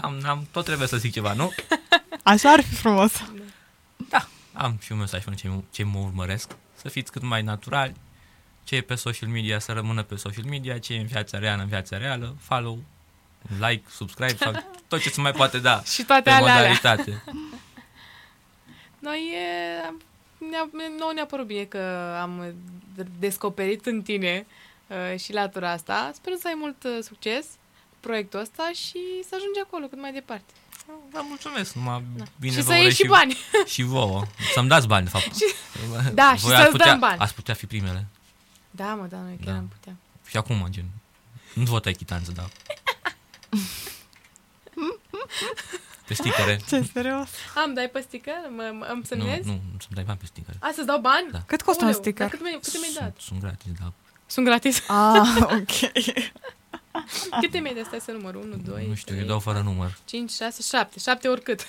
Am, am, tot trebuie să zic ceva, nu? Da, Așa ar fi frumos. Am și un mesaj pentru cei, cei mă urmăresc. Să fiți cât mai naturali. Ce e pe social media să rămână pe social media, ce e în viața reală în viața reală, follow, like, subscribe sau tot ce se mai poate da Și toate pe alea, alea. modalitate. Noi e, ne-a, nouă ne-a părut bine că am d- descoperit în tine uh, și latura asta. Sper să ai mult uh, succes proiectul ăsta și să ajungi acolo cât mai departe. Vă mulțumesc, numai bine Da. și vă să iei urez și bani. și vouă. Să-mi dați bani, de fapt. Da, și Voi să-ți ați putea, dăm bani. Ați putea fi primele. Da, mă, da, noi chiar Da. am putea. Și acum, gen, nu vă tai chitanță, dar... Pe sticăre. Ce serios. Am, dai pe sticker? Mă, mă, îmi Nu, semnezi? nu, să-mi dai bani pe sticăre. A, să-ți dau bani? Da. Cât costă un Aoleu, sticker? Dar cât mi- cât mi-ai dat? Sunt, sunt gratis, da. dar Sunt gratis. Ah, ok. Câte mi-ai dat? Stai să număr. 1, 2, nu știu, eu dau fără număr. 5, 6, 7. 7 oricât.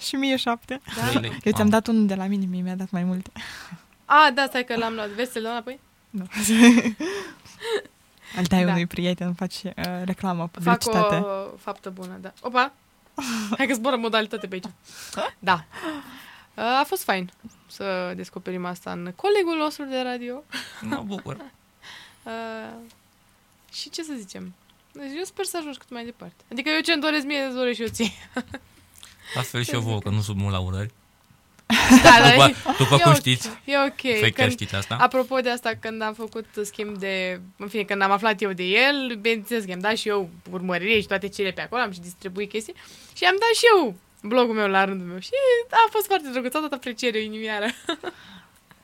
și mie șapte. Trei lei. Eu ți-am Mamă. dat unul de la mine, mie mi-a dat mai multe. Da? A, da, stai că l-am luat. Vezi să-l dau înapoi? Nu. Îl dai Da. da. unui prieten, faci uh, reclamă, Fac publicitate. o faptă bună, da. Opa! Hai că zboară modalitate pe aici. Da. A fost fain să descoperim asta în colegul nostru de radio. Mă bucur. A, Și ce să zicem? Deci eu sper să ajungi cât mai departe. Adică eu ce-mi doresc mie, îți doresc și eu ție. La fel și eu vouă, că nu sunt mult la urări. Da, După, e- după e cum ok, știți, E ok. fake chiar Când, știți Da. asta. apropo de asta, când am făcut schimb de... În fine, când am aflat eu de el, bineînțeles că am dat și eu urmărire și toate cele pe acolo, am și distribuit chestii și am dat și eu blogul meu la rândul meu și a fost foarte drăguț, toată aprecierea inimioară.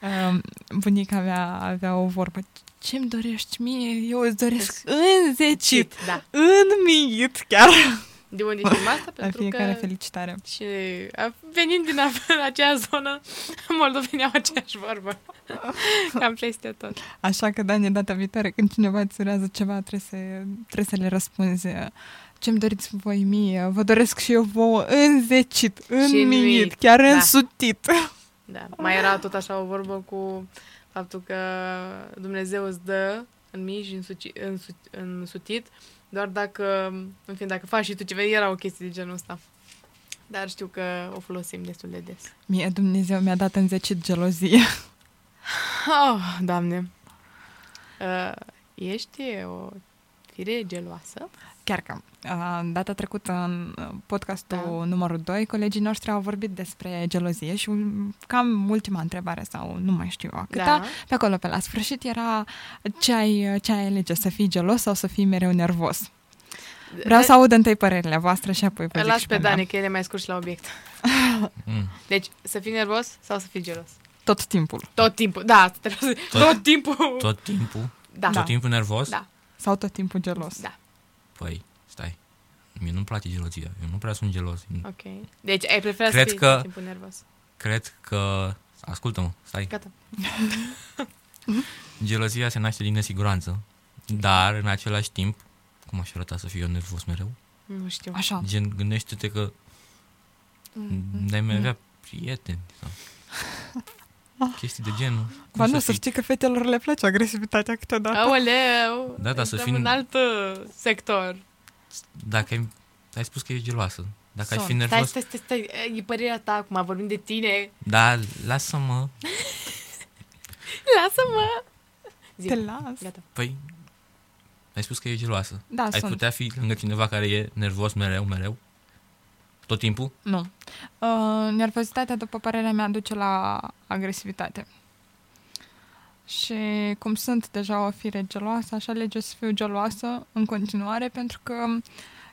Um, bunica mea avea o vorbă. Ce-mi dorești mie? Eu îți doresc Deci înzecit, Da. înmiit chiar. De unde știm asta? La Pentru fiecare că... felicitare. Și a- venind din a- acea zonă, moldovenii au aceeași vorbă. Cam peste tot. Așa că, Dani, data viitoare, când cineva îți urează ceva, trebuie să, trebuie să le răspunzi. Ce-mi doriți voi mie? Vă doresc și eu vouă înzecit, înmiit, înmiit, chiar da. însutit. Da. Mai era tot așa o vorbă cu faptul că Dumnezeu îți dă în mici și în, suci, în, su, în sutit, doar dacă, în fine, dacă faci și tu ceva, era o chestie de genul ăsta. Dar știu că o folosim destul de des. Mie Dumnezeu mi-a dat înzecit gelozie. Ah, Oh, doamne! Uh, ești o fire geloasă? Chiar că uh, data trecută în uh, podcastul da. numărul 2, colegii noștri au vorbit despre gelozie și um, cam ultima întrebare sau nu mai știu a câta, da. Da. pe acolo pe la sfârșit era ce ai, ce ai alege, să fii gelos sau să fii mereu nervos? Vreau să aud întâi părerile voastre și apoi vă Îl zic Deci, las și pe mea. Dani, că el e mai scurt și la obiect. Mm. Deci, să fii nervos sau să fii gelos? Tot timpul. Tot timpul, da, asta trebuie să... Tot- tot, tot timpul. Tot timpul? da. Da. Tot timpul nervos? Da. Sau tot timpul gelos. Da, Păi, stai. Mie nu-mi place gelozia. Eu nu prea sunt gelos. ok. Deci ai preferat Cred să fii că- tot timpul nervos. Cred că... Ascultă-mă, stai. Gata. Gelozia se naște din nesiguranță, dar în același timp, cum aș arăta să fiu eu nervos mereu? Nu știu. Mm. Așa. Gen, gândește-te că ne mai avea prieteni sau chestii de genul. Cum Ba nu, să fii? știi că fetelor le place agresivitatea câteodată. Aoleu! Da, da, să intrăm fim- în alt uh, sector. Dacă ai, ai spus că e geloasă, dacă ai Sunt. fi Stai, nervos, stai, stai, stai, e părerea ta acum, vorbim de tine. da, lasă-mă, Lasă-mă! Zi. Te las. Gata. păi, ai spus că e geloasă. Da, ai sunt. putea fi lângă cineva care e nervos mereu, mereu, tot timpul? Nu. Uh, nervozitatea, după părerea mea, duce la agresivitate. Și cum sunt deja o fire geloasă, așa alege să fiu geloasă în continuare, pentru că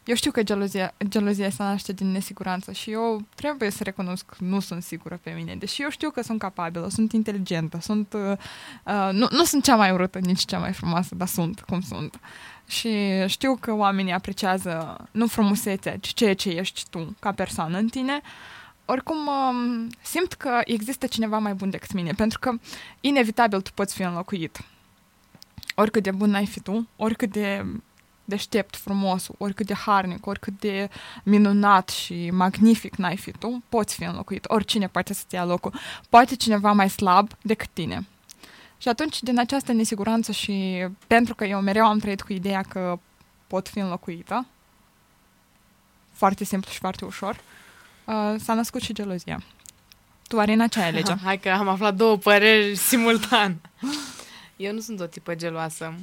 eu știu că gelozia, gelozia se naște din nesiguranță și eu trebuie să recunosc că nu sunt sigură pe mine, deși eu știu că sunt capabilă, sunt inteligentă, sunt, uh, uh, nu, nu sunt cea mai urâtă, nici cea mai frumoasă, dar sunt cum sunt. Și știu că oamenii apreciază nu frumusețea, ci ceea ce ești tu ca persoană în tine. Oricum, um, simt că există cineva mai bun decât mine, pentru că inevitabil tu poți fi înlocuit. Oricât de bun ai fi tu, oricât de deștept, frumos, oricât de harnic, oricât de minunat și magnific n-ai fi tu, poți fi înlocuit. Oricine poate să-ți ia locul. Poate cineva mai slab decât tine. Și atunci, din această nesiguranță și pentru că eu mereu am trăit cu ideea că pot fi înlocuită, foarte simplu și foarte ușor, uh, s-a născut și gelozia. Tu, Arina, ce ai Deci, alege? da. Ha, hai că am aflat două păreri simultan. Eu nu sunt o tipă geloasă.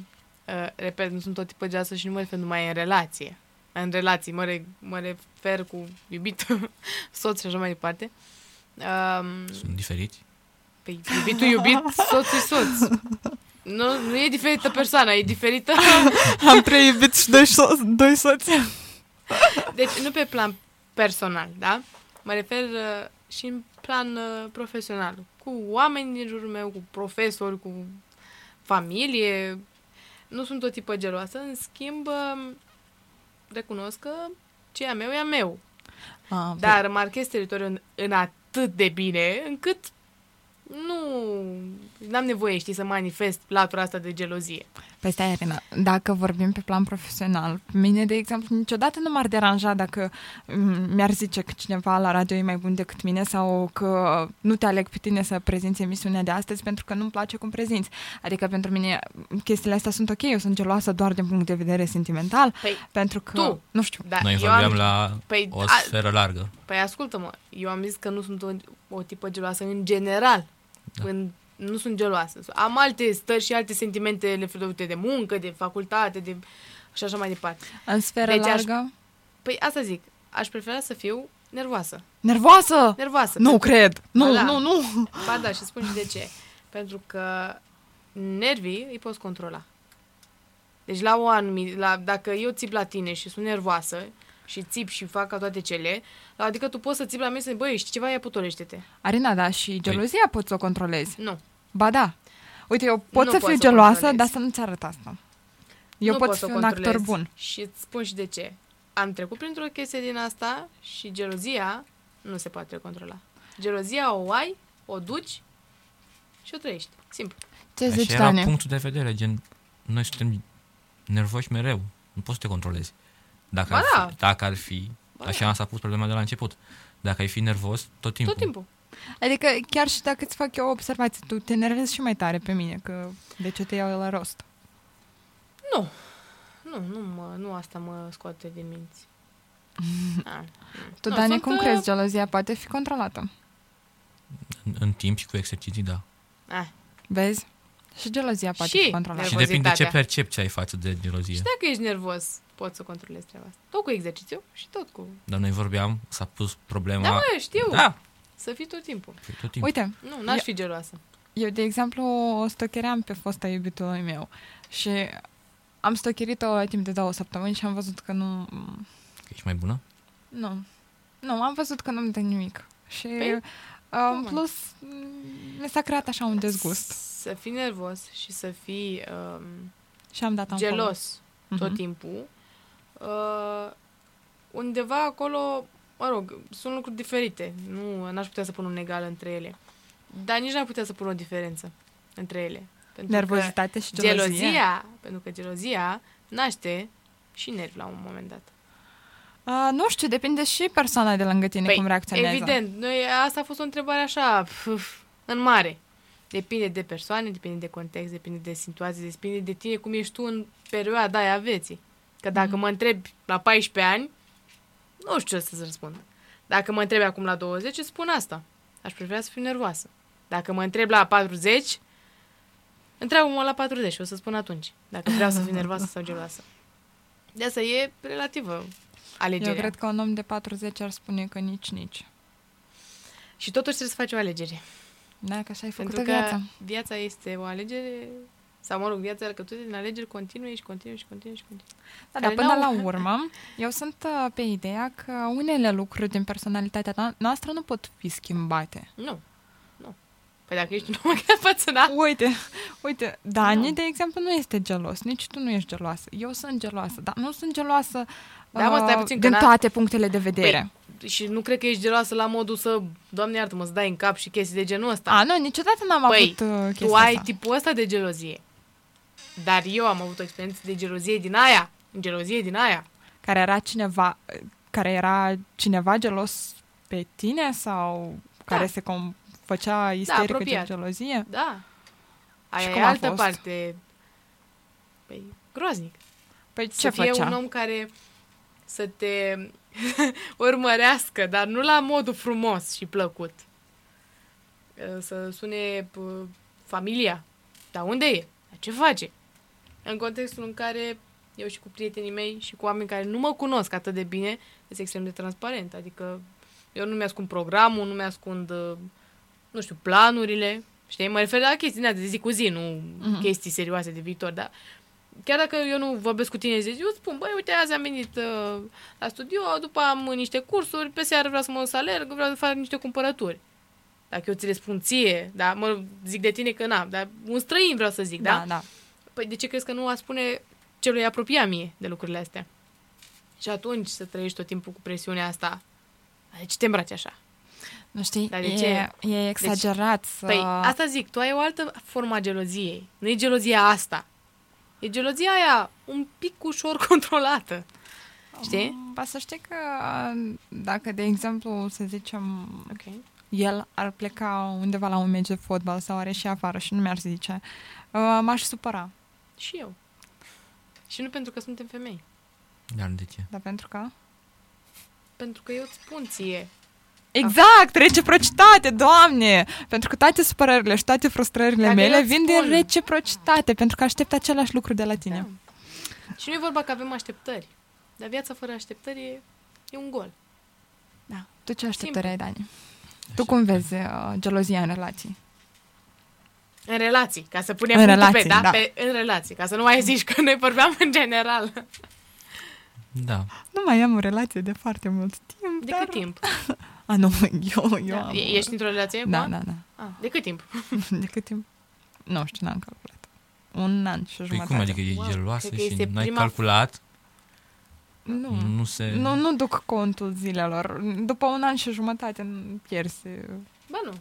Uh, repet, nu sunt o tipă geloasă și nu mă refer numai în relație. În relații, mă, re- mă refer cu iubit, soț și așa mai departe. Um, Sunt diferiți? Păi, iubitul iubit, soțul soț. Nu, nu e diferită persoană, e diferită. Am trei iubiți și doi, so- doi soți. Deci nu pe plan personal, da? Mă refer uh, și în plan uh, profesional. Cu oameni din jurul meu, cu profesori, cu familie. Nu sunt o tipă geloasă. În schimb, uh, recunosc că ce e a meu e a meu. Ah, da. Dar marchez teritoriul în, în atât de bine încât nu... N-am nevoie, știi, să manifest latura asta de gelozie. Păi stai, Arina, dacă vorbim pe plan profesional, pe mine, de exemplu, niciodată nu m-ar deranja dacă m, mi-ar zice că cineva la radio e mai bun decât mine sau că nu te aleg pe tine să prezinți emisiunea de astăzi pentru că nu-mi place cum prezinți. Adică pentru mine m, chestiile astea sunt ok, eu sunt geloasă doar din punct de vedere sentimental, Păi, pentru că... Tu. Nu știu. da, Noi eu vorbeam am... la Păi, o a- sferă largă. Păi ascultă-mă, eu am zis că nu sunt o, o tipă geloasă în general. Da. În, nu sunt geloasă. Am alte stări și alte sentimente referite de muncă, de facultate, de... și așa mai departe. În sferă Deci deci aș- largă... Aș... Păi asta zic, aș prefera să fiu nervoasă. Nervoasă! Nervoasă. Nu cred! Nu, da. nu, nu! Ba da, și spun și de ce. Pentru că nervii îi poți controla. Deci la o anumită, la, dacă eu țip la tine și sunt nervoasă și țip și fac ca toate cele, la- adică tu poți să țip la mine și să zic, băi, știi ceva, ia putorește-te. Arina, da, și gelozia poți să o controlezi. Nu. Ba da. Uite, eu pot Nu să poți fiu să geloasă, controlezi. dar să nu-ți arăt asta. Eu nu pot, poți să să fiu o un actor controlezi. bun. Și îți spun și de ce. Am trecut printr-o chestie din asta și gelozia nu se poate controla. Gelozia o ai, o duci și o trăiești. Simplu. Ce Așa zici, era Dani? punctul de vedere, gen, noi suntem nervoși mereu, nu poți să te controlezi. Dacă Ba ar da. fi, dacă ar fi Ba da. așa s-a pus problema de la început, dacă ai fi nervos tot timpul, Tot timpul. Adică chiar și dacă îți fac eu o observație, tu te enervezi și mai tare pe mine, că de ce te iau eu la rost? Nu. Nu, nu, mă, nu asta mă scoate din minți. Da. Tu, Nu, Dani, sunt, cum uh, crezi? Gelozia poate fi controlată. În, în timp și cu exerciții, da. Ah, Vezi? Și gelozia poate Și fi controlată. Și depinde ce Nervozitatea. percepție ai față de gelozie. și dacă ești nervos, poți să controlezi treaba asta. Tot cu exercițiu și tot cu... Dar noi vorbeam, s-a pus problema... Da, mă, știu. Da, Să fii tot timpul. pe tot timpul. Uite, Nu, n-aș Eu- fi geloasă. eu, de exemplu, o stocheream pe fosta iubitului meu și am stocherit-o timp de două săptămâni și am văzut că nu... Că Ești mai bună? Nu. Nu, am văzăut că nu-mi dă nimic. Și, Păi, uh, în normal. plus, m, mi s-a creat așa un dezgust. Să fii nervos și să fii um, Și am dat am gelos tot Mhm. timpul. Uh, undeva acolo, mă rog, sunt lucruri diferite. Nu, n-aș putea să pun un egal între ele. Dar nici n-ar putea să pun o diferență între ele. Pentru că- Nervozitate și gelozie. Gelozia, pentru că gelozia naște și nervi la un moment dat. Uh, nu știu, depinde și persoana de lângă tine cum reacționează. Păi, evident, noi, asta a fost o întrebare așa, pf, în mare. Depinde de persoane, depinde de context, depinde de situație, depinde de tine cum ești tu în perioada aia a vieții. Că Mhm. dacă mă întrebi la 14 ani, nu știu ce să-ți răspund. Dacă mă întrebi acum la 20, îți spun asta. Aș prefera să fiu nervoasă. Dacă mă întreb la 40, întreabă-mă la 40, o să spun atunci. Dacă vreau să fiu nervoasă sau geloasă. De asta e relativă alegerea. Eu cred că un om de 40 ar spune că nici, nici. Și totuși trebuie să faci o alegere. Da, că așa ai făcut Pentru că Pentru viața. viața este o alegere, sau mă rog, viața alcătuită din alegeri continue și continue și continue și continue. Da, dar care până la n-au- urmă, eu sunt uh, pe ideea că unele lucruri din personalitatea no- noastră nu pot fi schimbate. Nu. Nu. Păi dacă ești numai ca față, da? Uite, uite, Dani, Nu. de exemplu, nu este gelos, nici tu nu ești geloasă. Eu sunt geloasă, dar nu sunt geloasă Da, mă, stai uh, puțin, că din n-a- Păi, toate punctele de vedere. Și nu cred că ești geloasă la modul să, doamne iartă mă, să dai în cap și chestii de genul ăsta. A, nu, niciodată n-am da. Păi, avut uh, chestia tu ai asta. tipul ăsta de gelozie. Dar eu am avut o experiență de gelozie din aia. Gelozie din aia. Care era cineva, care era cineva gelos pe tine sau care se com- făcea isterică de Da. apropiat. gelozie? Da. Aia Și e cum a altă fost? parte. Păi, groaznic. Păi ce să fie făcea? un om care să te urmărească, dar nu la modul frumos și plăcut. Să sune pă, familia. Dar unde e? Dar ce face? În contextul în care eu și cu prietenii mei și cu oameni care nu mă cunosc atât de bine, sunt extrem de transparent. Adică eu nu mi-ascund programul, nu mi-ascund, uh, nu știu, planurile. Știi, mă refer la chestii din astea de zi cu zi, nu Mhm. chestii serioase de viitor, dar chiar dacă eu nu vorbesc cu tine zi, eu îți spun, băi, uite, azi am venit uh, la studio, după am niște cursuri, pe seară vreau să mă duc să alerg, vreau să fac niște cumpărături. Dacă eu ți le spun ție, da, mă zic de tine că n-am, dar un străin vreau să zic, da? da, da. Păi de ce crezi că nu a spune celui apropiat mie de lucrurile astea? Și atunci să trăiești tot timpul cu presiunea asta. De ce te îmbraci așa? Nu știi, Dar de e, ce? Deci- e exagerat să... Păi, asta zic, tu ai o altă formă a geloziei. Nu e gelozia asta. E gelozia aia un pic ușor controlată. Știi? Mm, Ba să știi că uh, dacă, de exemplu, să zicem, Ok. el ar pleca undeva la un meci de fotbal sau are și afară și nu mi-ar zice, uh, m-aș supăra. Și eu. Și nu pentru că suntem femei. Dar de ce? Dar pentru că... Pentru că eu îți spun ție. Exact, reciprocitate, doamne! Pentru că toate supărările și toate frustrările Dacă eu mele îți vin spun- din reciprocitate, pentru că aștept același lucru de la tine. Da. Și nu e vorba că avem așteptări. Dar viața fără așteptări e, e un gol. Da. Tu ce așteptări Simplu. ai, Dani? Tu cum vezi uh, gelozia în relații? În relații, ca să punem În în relații, pe, relații, da? da. Pe, în relații, ca să nu mai zici că noi vorbeam în general. Da. Nu mai am o relație de foarte mult timp. De dar... cât timp? A, nu, eu, eu Da. am... E- Ești într-o relație? Da, acum? da, da. Ah, de cât timp? De cât timp? Nu știu, n-am calculat. Un an și Păi jumătate. cum adică e Wow, geloasă cred că și este n-ai prima- calculat? Nu. Nu se... Nu, nu duc contul zilelor. După un an și jumătate n- pierzi. Ba nu.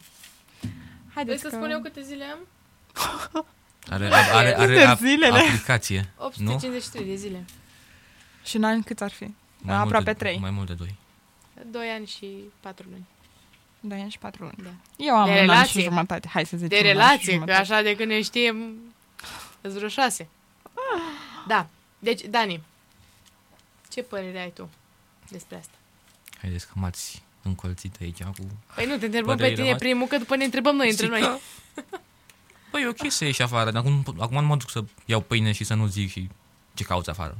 Vrei Haideți să spun eu câte zile am? Are, are, are, Uite ap- zilele. aplicație, nu? 853 de zile. Și în ani cât ar fi? Mai mult Aproape de, trei. Mai mult de doi. 2 ani și 4 luni. Doi ani și patru luni. Da. Eu am De un an și relație. jumătate. Hai să zicem Deci De un an și relație, că jumătate. așa de când ne știm, sunt vreo 6. Da. Deci, Dani, ce părere ai tu despre asta? Haideți că m-ați încolțit aici cu... Păi nu, te întrebăm Părerile pe tine noastre? primul, că după ne întrebăm noi între Zic noi. că- Păi e ok să ieși afară, dar acum, acum nu mă duc să iau pâine și să nu zic și ce cauți afară.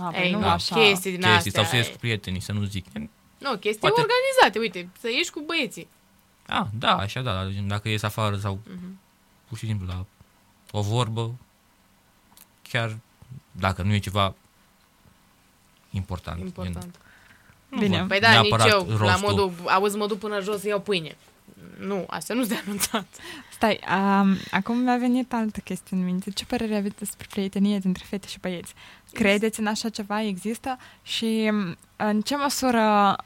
A, păi Ei, nu, nu, așa. chestii din Chestii, astea. sau să ies cu prietenii, să nu zic. Nu, chestii Poate- organizate, uite, să ieși cu băieții. A, da, așa da, dar dacă ies afară sau Mhm. pur și simplu la o vorbă, chiar dacă nu e ceva important. gen, Important. nu Bine. văd Păi da, nici neapărat eu, la rostul. modul, auzi, mă duc până jos să iau pâine. Nu, asta nu s-a anunțat. Stai, um, acum mi-a venit altă chestie în minte. Ce părere aveți despre prietenie dintre fete și băieți? Credeți în așa ceva? Există? Și m, în ce măsură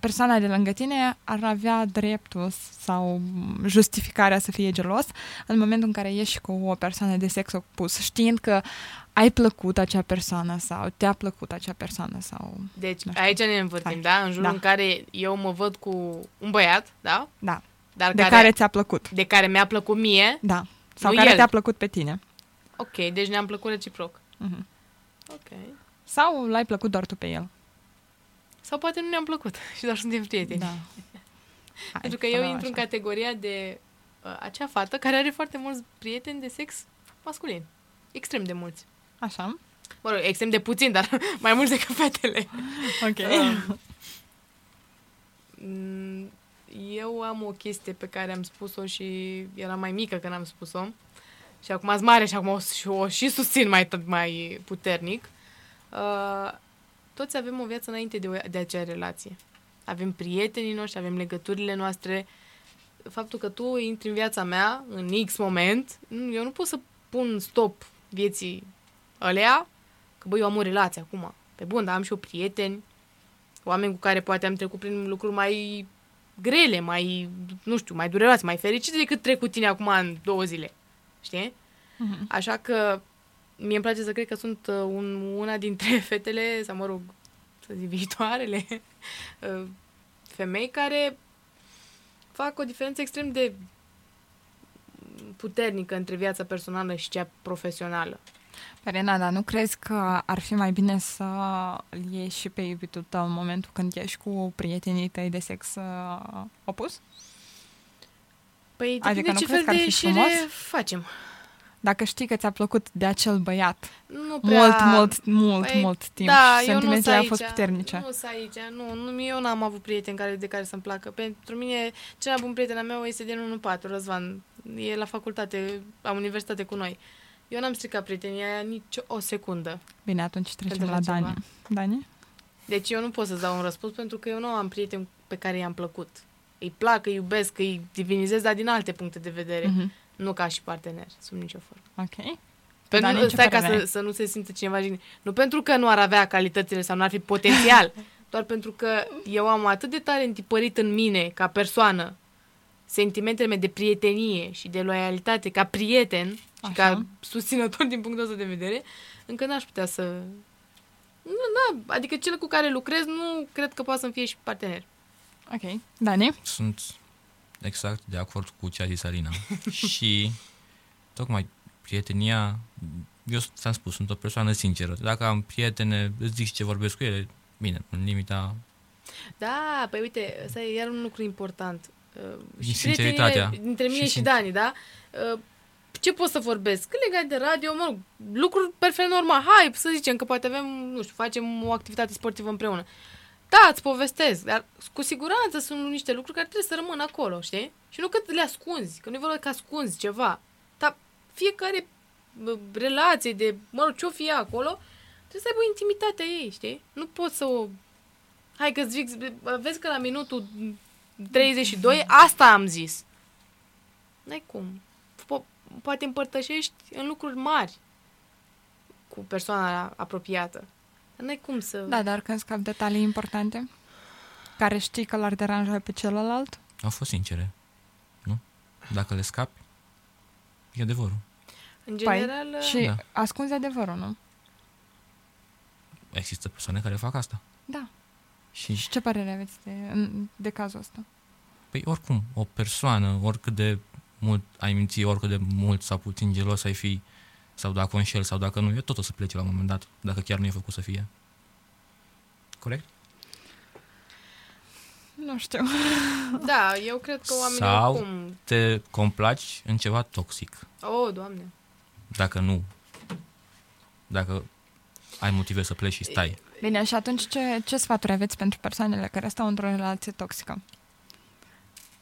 persoana de lângă tine ar avea dreptul sau m, justificarea să fie gelos în momentul în care ieși cu o persoană de sex opus, știind că ai plăcut acea persoană sau te-a plăcut acea persoană sau... Deci Nu știu. aici ne învârtim, Hai. da? În jurul Da. în care eu mă văd cu un băiat, da? Da, Dar de care ți-a plăcut. de care mi-a plăcut mie. Da. Sau Nu care el. te-a plăcut pe tine. Ok, deci ne-am plăcut reciproc. Mhm. Ok. Sau l-ai plăcut doar tu pe el. Sau poate nu ne-am plăcut și doar suntem prieteni. Da. Hai, Pentru că să eu luăm intru în așa. categoria de uh, acea fată care are foarte mulți prieteni de sex masculin. Extrem de mulți. Așa, Mă rog, extrem de puțin, dar mai mulți decât fetele. ok. Mm, Eu am o chestie pe care am spus-o și eram mai mică când am spus-o. Și acum sunt mare și acum o, și, o și susțin mai, tot mai puternic. Uh, toți avem o viață înainte de, o- de acea relație. Avem prietenii noștri, avem legăturile noastre. Faptul că tu intri în viața mea în X moment, nu, eu nu pot să pun stop vieții alea, că băi, eu am o relație acum. Pe bun, dar am și eu prieteni, oameni cu care poate am trecut prin lucruri mai grele, mai, nu știu, mai dureroase, mai fericite decât trec cu tine acum în două zile. Știi? Mhm. Așa că mie îmi place să cred că sunt uh, un, una dintre fetele, sau mă rog, să zic, viitoarele uh, femei care fac o diferență extrem de puternică între viața personală și cea profesională. Elena, dar nu crezi că ar fi mai bine să îl iei și pe iubitul tău în momentul când ești cu prietenii tăi de sex uh, opus? Păi Adică depinde nu ce crezi fel că ar de fi ieșire frumos? facem. Dacă știi că ți-a plăcut de acel băiat Nu prea... mult, mult, mult, Păi, mult timp Da, și eu nu sentimentele sunt au fost aici. puternice. Nu sunt aici, nu, nu, eu n-am avut prieteni care, de care să-mi placă. Pentru mine, cel mai bun prieten al meu este din 1-4, Răzvan. E la facultate, la universitate cu noi. Eu n-am stricat prietenia aia nici o secundă. Bine, atunci trecem Pentru la altceva. Dani. Dani? Deci eu nu pot să-ți dau un răspuns pentru că eu nu am prieteni pe care i-am plăcut. Îi plac, îi iubesc, îi divinizez, dar din alte puncte de vedere. Mhm. Nu ca și partener, sub nicio formă. Ok. Pentru, Dani, Dani, ce stai ca părere să, să nu se simtă cineva jignit. Nu pentru că nu ar avea calitățile sau nu ar fi potențial, doar pentru că eu am atât de tare întipărit în mine ca persoană sentimentele mele de prietenie și de loialitate ca prieten și Așa. ca susținător din punctul ăsta de vedere, încă n-aș putea să... Nu, da, adică cel cu care lucrez nu cred că poate să-mi fie și partener. Ok. Dani? Da. Sunt exact de acord cu ce a zis Alina. și tocmai prietenia, eu s- ți-am spus, sunt o persoană sinceră. Dacă am prietene, îți zic și ce vorbesc cu ele, bine, în limita... Da, păi uite, ăsta e iar un lucru important. Uh, Din și prietenile sinceritatea. dintre mine și, Și și sin- Dani, da? Uh, ce pot să vorbesc? Că legat de radio, mă rog, lucruri perfect normal. Hai, să zicem că poate avem, nu știu, facem o activitate sportivă împreună. Da, îți povestesc, dar cu siguranță sunt niște lucruri care trebuie să rămână acolo, știi? Și nu că le ascunzi, că nu e vorba că ascunzi ceva. Dar fiecare bă, relație de, mă rog, ce-o fi ea acolo, trebuie să aibă intimitatea ei, știi? Nu poți să o Hai că zic, vezi că la minutul 32 asta am zis. N-ai cum. Po- poate împărtășești în lucruri mari cu persoana apropiată. Dar n-ai cum să... Da, dar când scap detalii importante care știi că l-ar deranja pe celălalt? Au fost sincere, nu? Dacă le scapi, e adevărul. În general... Pai, și... și Da. ascunzi adevărul, nu? Există persoane care fac asta. Da. Și Și ce părere aveți de, în- de cazul ăsta? Păi oricum, o persoană, oricât de mult ai minți, oricât de mult sau puțin gelos ai fi, Sau dacă o înșel, sau dacă nu, eu tot o să plece la un moment dat, dacă chiar nu e făcut să fie. Corect? Nu știu. Da, eu cred că oamenii Sau- oricum... Te complaci în ceva toxic, Oh, doamne. dacă nu. Dacă ai motive să pleci și stai. Bine, și atunci ce, ce sfaturi aveți pentru persoanele care stau într-o relație toxică?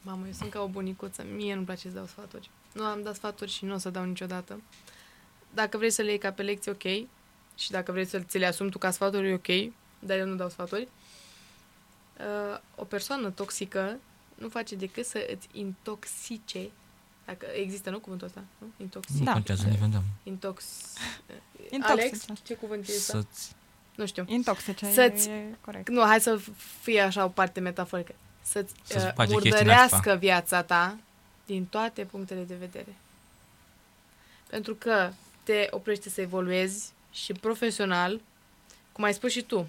Mamă, eu sunt ca o bunicuță. Mie nu-mi place să dau sfaturi. Nu am dat sfaturi și nu o să dau niciodată. Dacă vrei să le iei ca pe lecție, ok. Și dacă vrei să ți le asumi tu ca sfaturi, e ok. Dar eu nu dau sfaturi. Uh, o persoană toxică nu face decât să îți intoxice dacă există, nu cuvântul ăsta? Nu? Intoxic. Nu Da. contează, ne vedem. Intox. Intoxice. Alex, ce cuvânt e da. ăsta? Să-ți... Nu știu. Intoxice, Să-ți- e, e corect. Nu, hai să fie așa o parte metaforică. Să-ți Să-ți uh, bage chestii în murdărească viața ta din toate punctele de vedere. Pentru că te oprește să evoluezi și profesional, cum ai spus și tu,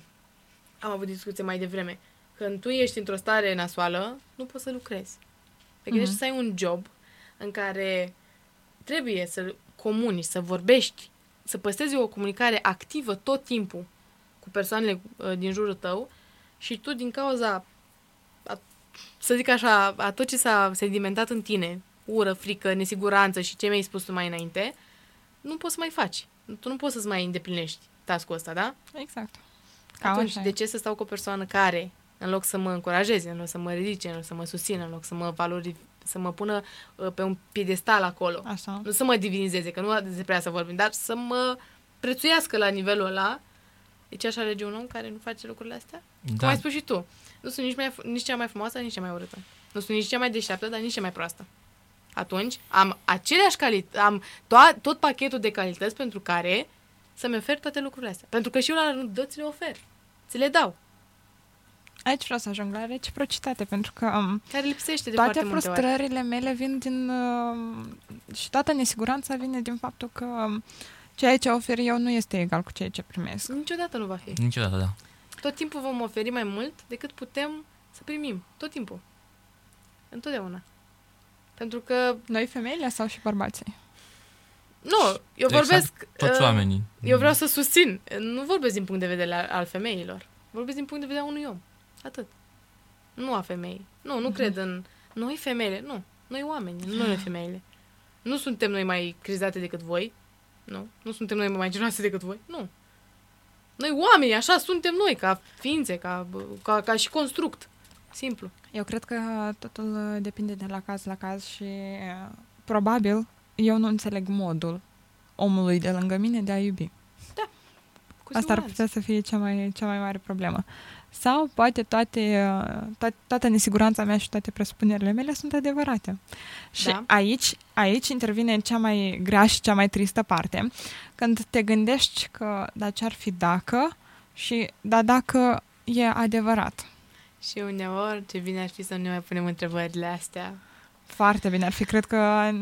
am avut discuție mai devreme, când tu ești într-o stare nasoală, nu poți să lucrezi. Te gândești Mhm. să ai un job în care trebuie să comunici, să vorbești, să păstrezi o comunicare activă tot timpul cu persoanele uh, din jurul tău și tu din cauza a, să zic așa, a tot ce s-a sedimentat în tine, ură, frică, nesiguranță și ce mi-ai spus tu mai înainte, nu poți să mai faci. Tu nu poți să-ți mai îndeplinești task-ul ăsta, da? Exact. Cam Atunci, deci- așa e. de ce să stau cu o persoană care, în loc să mă încurajeze, în loc să mă ridice, în loc să mă susțină, în loc să mă valori, să mă pună uh, pe un piedestal acolo, Așa. nu să mă divinizeze, că nu despre asta vorbim, dar să mă prețuiască la nivelul ăla, deci aș alege un om care nu face lucrurile astea? Cum Da, ai spus și tu, nu sunt nici, mai, nici cea mai frumoasă, nici cea mai urâtă. Nu sunt nici cea mai deșteaptă, dar nici cea mai proastă. Atunci am aceleași calități, am to- tot pachetul de calități pentru care să-mi ofer toate lucrurile astea. Pentru că și eu la rândul tău ți le ofer. Ți le dau. Aici vreau să ajung la reciprocitate, pentru că um, Care lipsește de toate foarte multe ori. frustrările mele vin din... um, și toată nesiguranța vine din faptul că um, ceea ce ofer eu nu este egal cu ceea ce primesc. Niciodată nu va fi. niciodată, da. Tot timpul vom oferi mai mult decât putem să primim. Tot timpul. Întotdeauna. Pentru că, Noi femeile sau și bărbații? nu, eu Exact, vorbesc... uh, Toți oamenii. Mm. Eu vreau să susțin. Nu vorbesc din punct de vedere al- al femeilor. Vorbesc din punct de vedere al unui om. Atât. Nu a femeii. Nu, Mhm. nu cred în noi femeile. Nu. Noi oameni, nu noi femeile. Nu suntem noi mai crizate decât voi. Nu. Nu suntem noi mai geloase decât voi. Nu. Noi oameni, așa suntem noi, ca ființe, ca, ca, ca și construct. Simplu. Eu cred că totul uh, depinde de la caz la caz și uh, probabil eu nu înțeleg modul omului de lângă mine de a iubi. Cu Asta ar siguranță. putea să fie cea mai, cea mai mare problemă. Sau poate toate, toate, toată nesiguranța mea și toate presupunerile mele sunt adevărate. Și Da. aici, aici intervine cea mai grea și cea mai tristă parte, când te gândești că da ce ar fi dacă și da dacă e adevărat. Și uneori, ce bine ar fi să nu ne mai punem întrebările astea. Foarte bine, ar fi, cred că Mai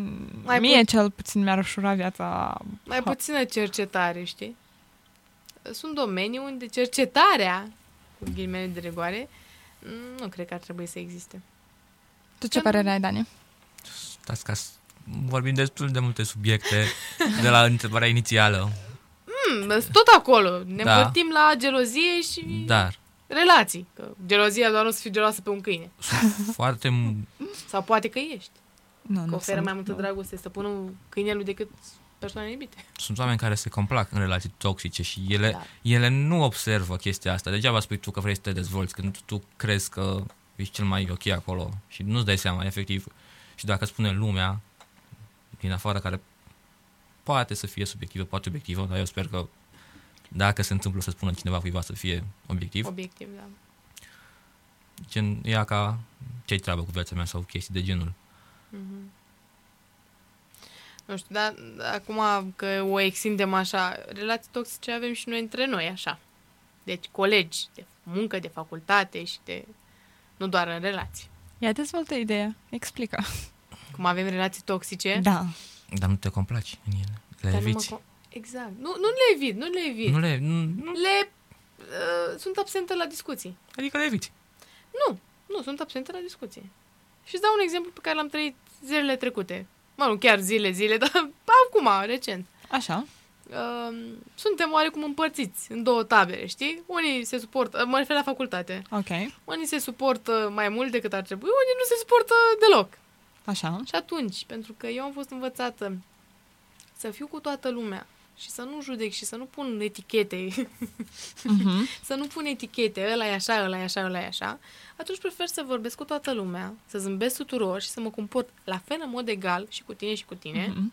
mai mie cel puțin mi-ar ușura viața. Mai Ha. puțină cercetare, știi? Sunt domenii unde cercetarea, cu ghilimele de rigoare, m, nu cred că ar trebui să existe. Tu ce Că- părere ai, Dani? Stați ca s- vorbim destul de multe subiecte de la întrebarea inițială, Mm, sunt tot acolo. Ne Da. învârtim la gelozie și da. dar relații. Că gelozia doar nu să fii geloasă pe un câine. foarte... m- Sau poate că ești. Nu, Că oferă sunt, mai multă nu. dragoste stăpânul câinelui decât persoanele iubite. Sunt oameni care se complac în relații toxice și ele, Da. ele nu observă chestia asta. Degeaba spui tu că vrei să te dezvolți când tu crezi că ești cel mai ok acolo și nu-ți dai seama, efectiv. Și dacă spune lumea din afară care poate să fie subiectivă, poate obiectivă, dar eu sper că dacă se întâmplă să spună cineva cuiva să fie obiectiv, Obiectiv, da. gen, ea ca ce treabă cu viața mea sau chestii de genul. Mhm. Nu știu, dar acum că o extindem așa, relații toxice avem și noi între noi, așa. Deci colegi de muncă, de facultate și de... Nu doar în relații. Ia dezvoltă ideea, explică. Cum avem relații toxice... Da. Dar nu te complaci în ele. Le dar nu mă eviți. co- Exact. Nu, nu le evit, nu le evit. Nu le... Nu, nu, Le... Uh, sunt absentă la discuții. adică le eviți. Nu, nu, sunt absentă la discuții. Și îți dau un exemplu pe care l-am trăit zilele trecute. Mă, nu chiar zile, zile, dar acum, recent. Așa. uh, suntem oarecum împărțiți în două tabere, știi? Unii se suportă, mă refer la facultate, Ok. unii se suportă mai mult decât ar trebui, unii nu se suportă deloc. Așa. Și atunci, pentru că eu am fost învățată să fiu cu toată lumea și să nu judec și să nu pun etichete, Mhm. să nu pun etichete, ăla e așa, ăla e așa, ăla e așa, atunci prefer să vorbesc cu toată lumea, să zâmbesc tuturor și să mă comport la fel în mod egal și cu tine și cu tine Mhm.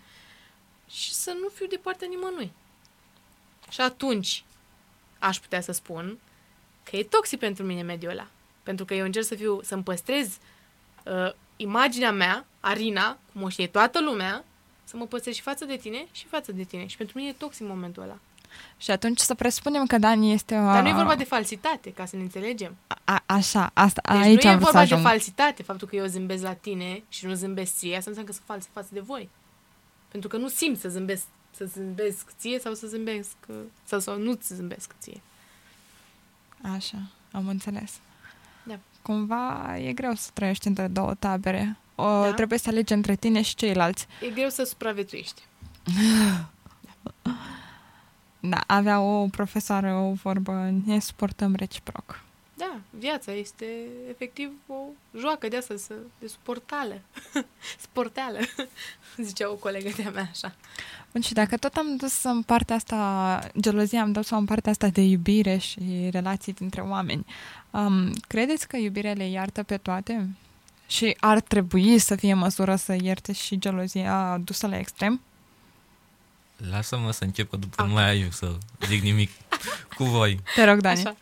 și să nu fiu de partea nimănui. Și atunci aș putea să spun că e toxic pentru mine mediul ăla. Pentru că eu încerc să fiu, să-mi păstrez uh, imaginea mea, Arina, cum o știe toată lumea, să mă păstrez și față de tine și față de tine. Și pentru mine e toxic momentul ăla. Și atunci să presupunem că Dani este o... Dar nu e vorba de falsitate, ca să ne înțelegem. A, așa, asta, Deci aici nu e am vrut să vorba de ajung. falsitate, faptul că eu zâmbesc la tine și nu zâmbesc ție, asta înseamnă că sunt fals față de voi. Pentru că nu simt să zâmbesc, să zâmbesc ție sau să zâmbesc uh, sau, sau nu ți zâmbesc ție. Așa, am înțeles. Da. Cumva e greu să trăiești între două tabere. O, Da. Trebuie să alegi între tine și ceilalți. E greu să supraviețuiești. Da, avea o profesoară o vorbă, ne suportăm reciproc. Da, viața este efectiv o joacă de asta, să, de suportală. Sporteală, zicea o colegă de-a mea așa. Bun, și dacă tot am dus în partea asta, gelozia am dus-o în partea asta de iubire și relații dintre oameni, um, credeți că iubirea le iartă pe toate? Și ar trebui să fie în măsură să ierte și gelozia dusă la extrem? Lasă-mă să încep, că după nu mai ajung să zic nimic cu voi. Te rog, Dani. Așa.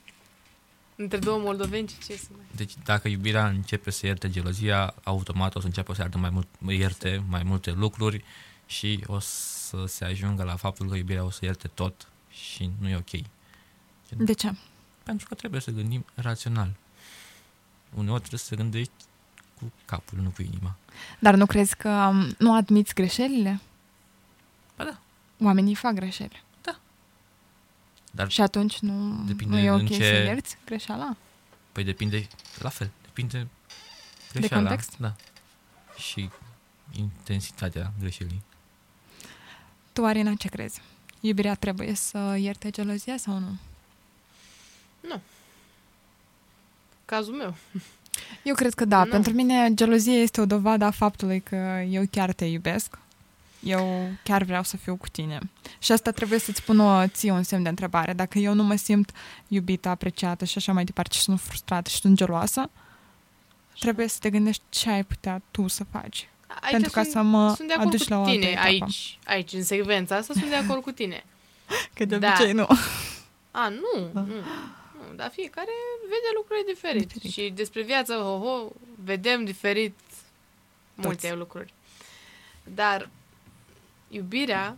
Între două moldoveni, ce să mai... Deci dacă iubirea începe să ierte gelozia, automat o să înceapă să ierte mai, mult, ierte mai multe lucruri și o să se ajungă la faptul că iubirea o să ierte tot și nu e ok. De ce? Pentru că trebuie să gândim rațional. Uneori trebuie să gândești cu capul, nu cu inima. Dar nu crezi că um, nu admiți greșelile? Ba da. Oamenii fac greșeli. Dar Și atunci nu, Depinde nu e ok în ce... ce- să ierți greșeala? Păi depinde, la fel, depinde greșeala. context? Da. Și intensitatea greșelii. Tu, Arina, ce crezi? Iubirea trebuie să ierte gelozia sau nu? Cazul meu. Eu cred că da. Nu. Pentru mine gelozia este o dovadă a faptului că eu chiar te iubesc. Eu chiar vreau să fiu cu tine. Și asta trebuie să-ți pun o, ție un semn de întrebare. Dacă eu nu mă simt iubită, apreciată și așa mai departe și sunt frustrată și sunt geloasă, trebuie să te gândești ce ai putea tu să faci. Aici pentru ca sunt- să mă Sunt de acord aduci cu la o altă tine etapă. aici, aici, în secvența asta, sunt de acord cu tine. Că de Da. obicei nu. A, nu, nu, nu, dar fiecare vede lucruri diferit. Diferit. diferit. Și despre viață, ho-ho, vedem diferit Toți. multe lucruri. Dar iubirea,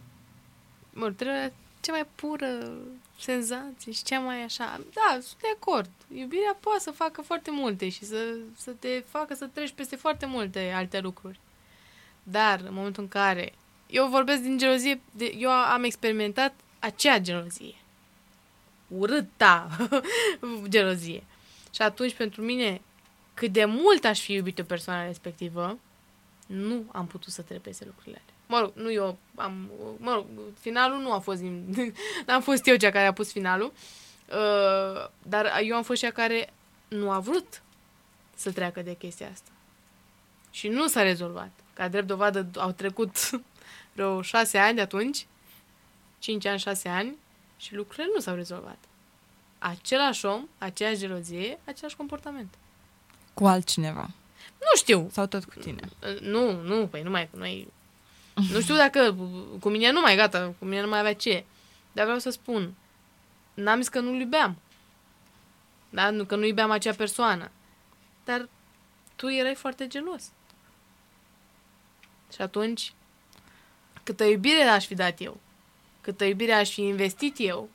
mă, trebuie cea mai pură senzație și cea mai așa. Da, sunt de acord. Iubirea poate să facă foarte multe și să, să te facă să treci peste foarte multe alte lucruri. Dar în momentul în care eu vorbesc din gelozie, de, eu am experimentat acea gelozie. Urâta gelozie. Și atunci, pentru mine, cât de mult aș fi iubit o persoană respectivă, nu am putut să trepeze lucrurile alea. Mă rog, nu eu am... Mă rog, finalul nu a fost... nim- N-am fost eu cea care a pus finalul. Uh, dar eu am fost cea care nu a vrut să treacă de chestia asta. Și nu s-a rezolvat. Ca drept dovadă au trecut vreo șase ani de atunci, cinci ani, șase ani, și lucrurile nu s-au rezolvat. Același om, aceeași gelozie, același comportament. Cu altcineva. Nu știu, Sau tot cu tine. nu, nu, păi nu mai cu noi. Nu știu dacă cu mine nu mai gata, cu mine nu mai avea ce. Dar vreau să spun, n-am zis că nu-l iubeam. Da? Nu, că nu iubeam acea persoană. Dar tu erai foarte gelos. Și atunci, câtă iubire aș fi dat eu, câtă iubire aș fi investit eu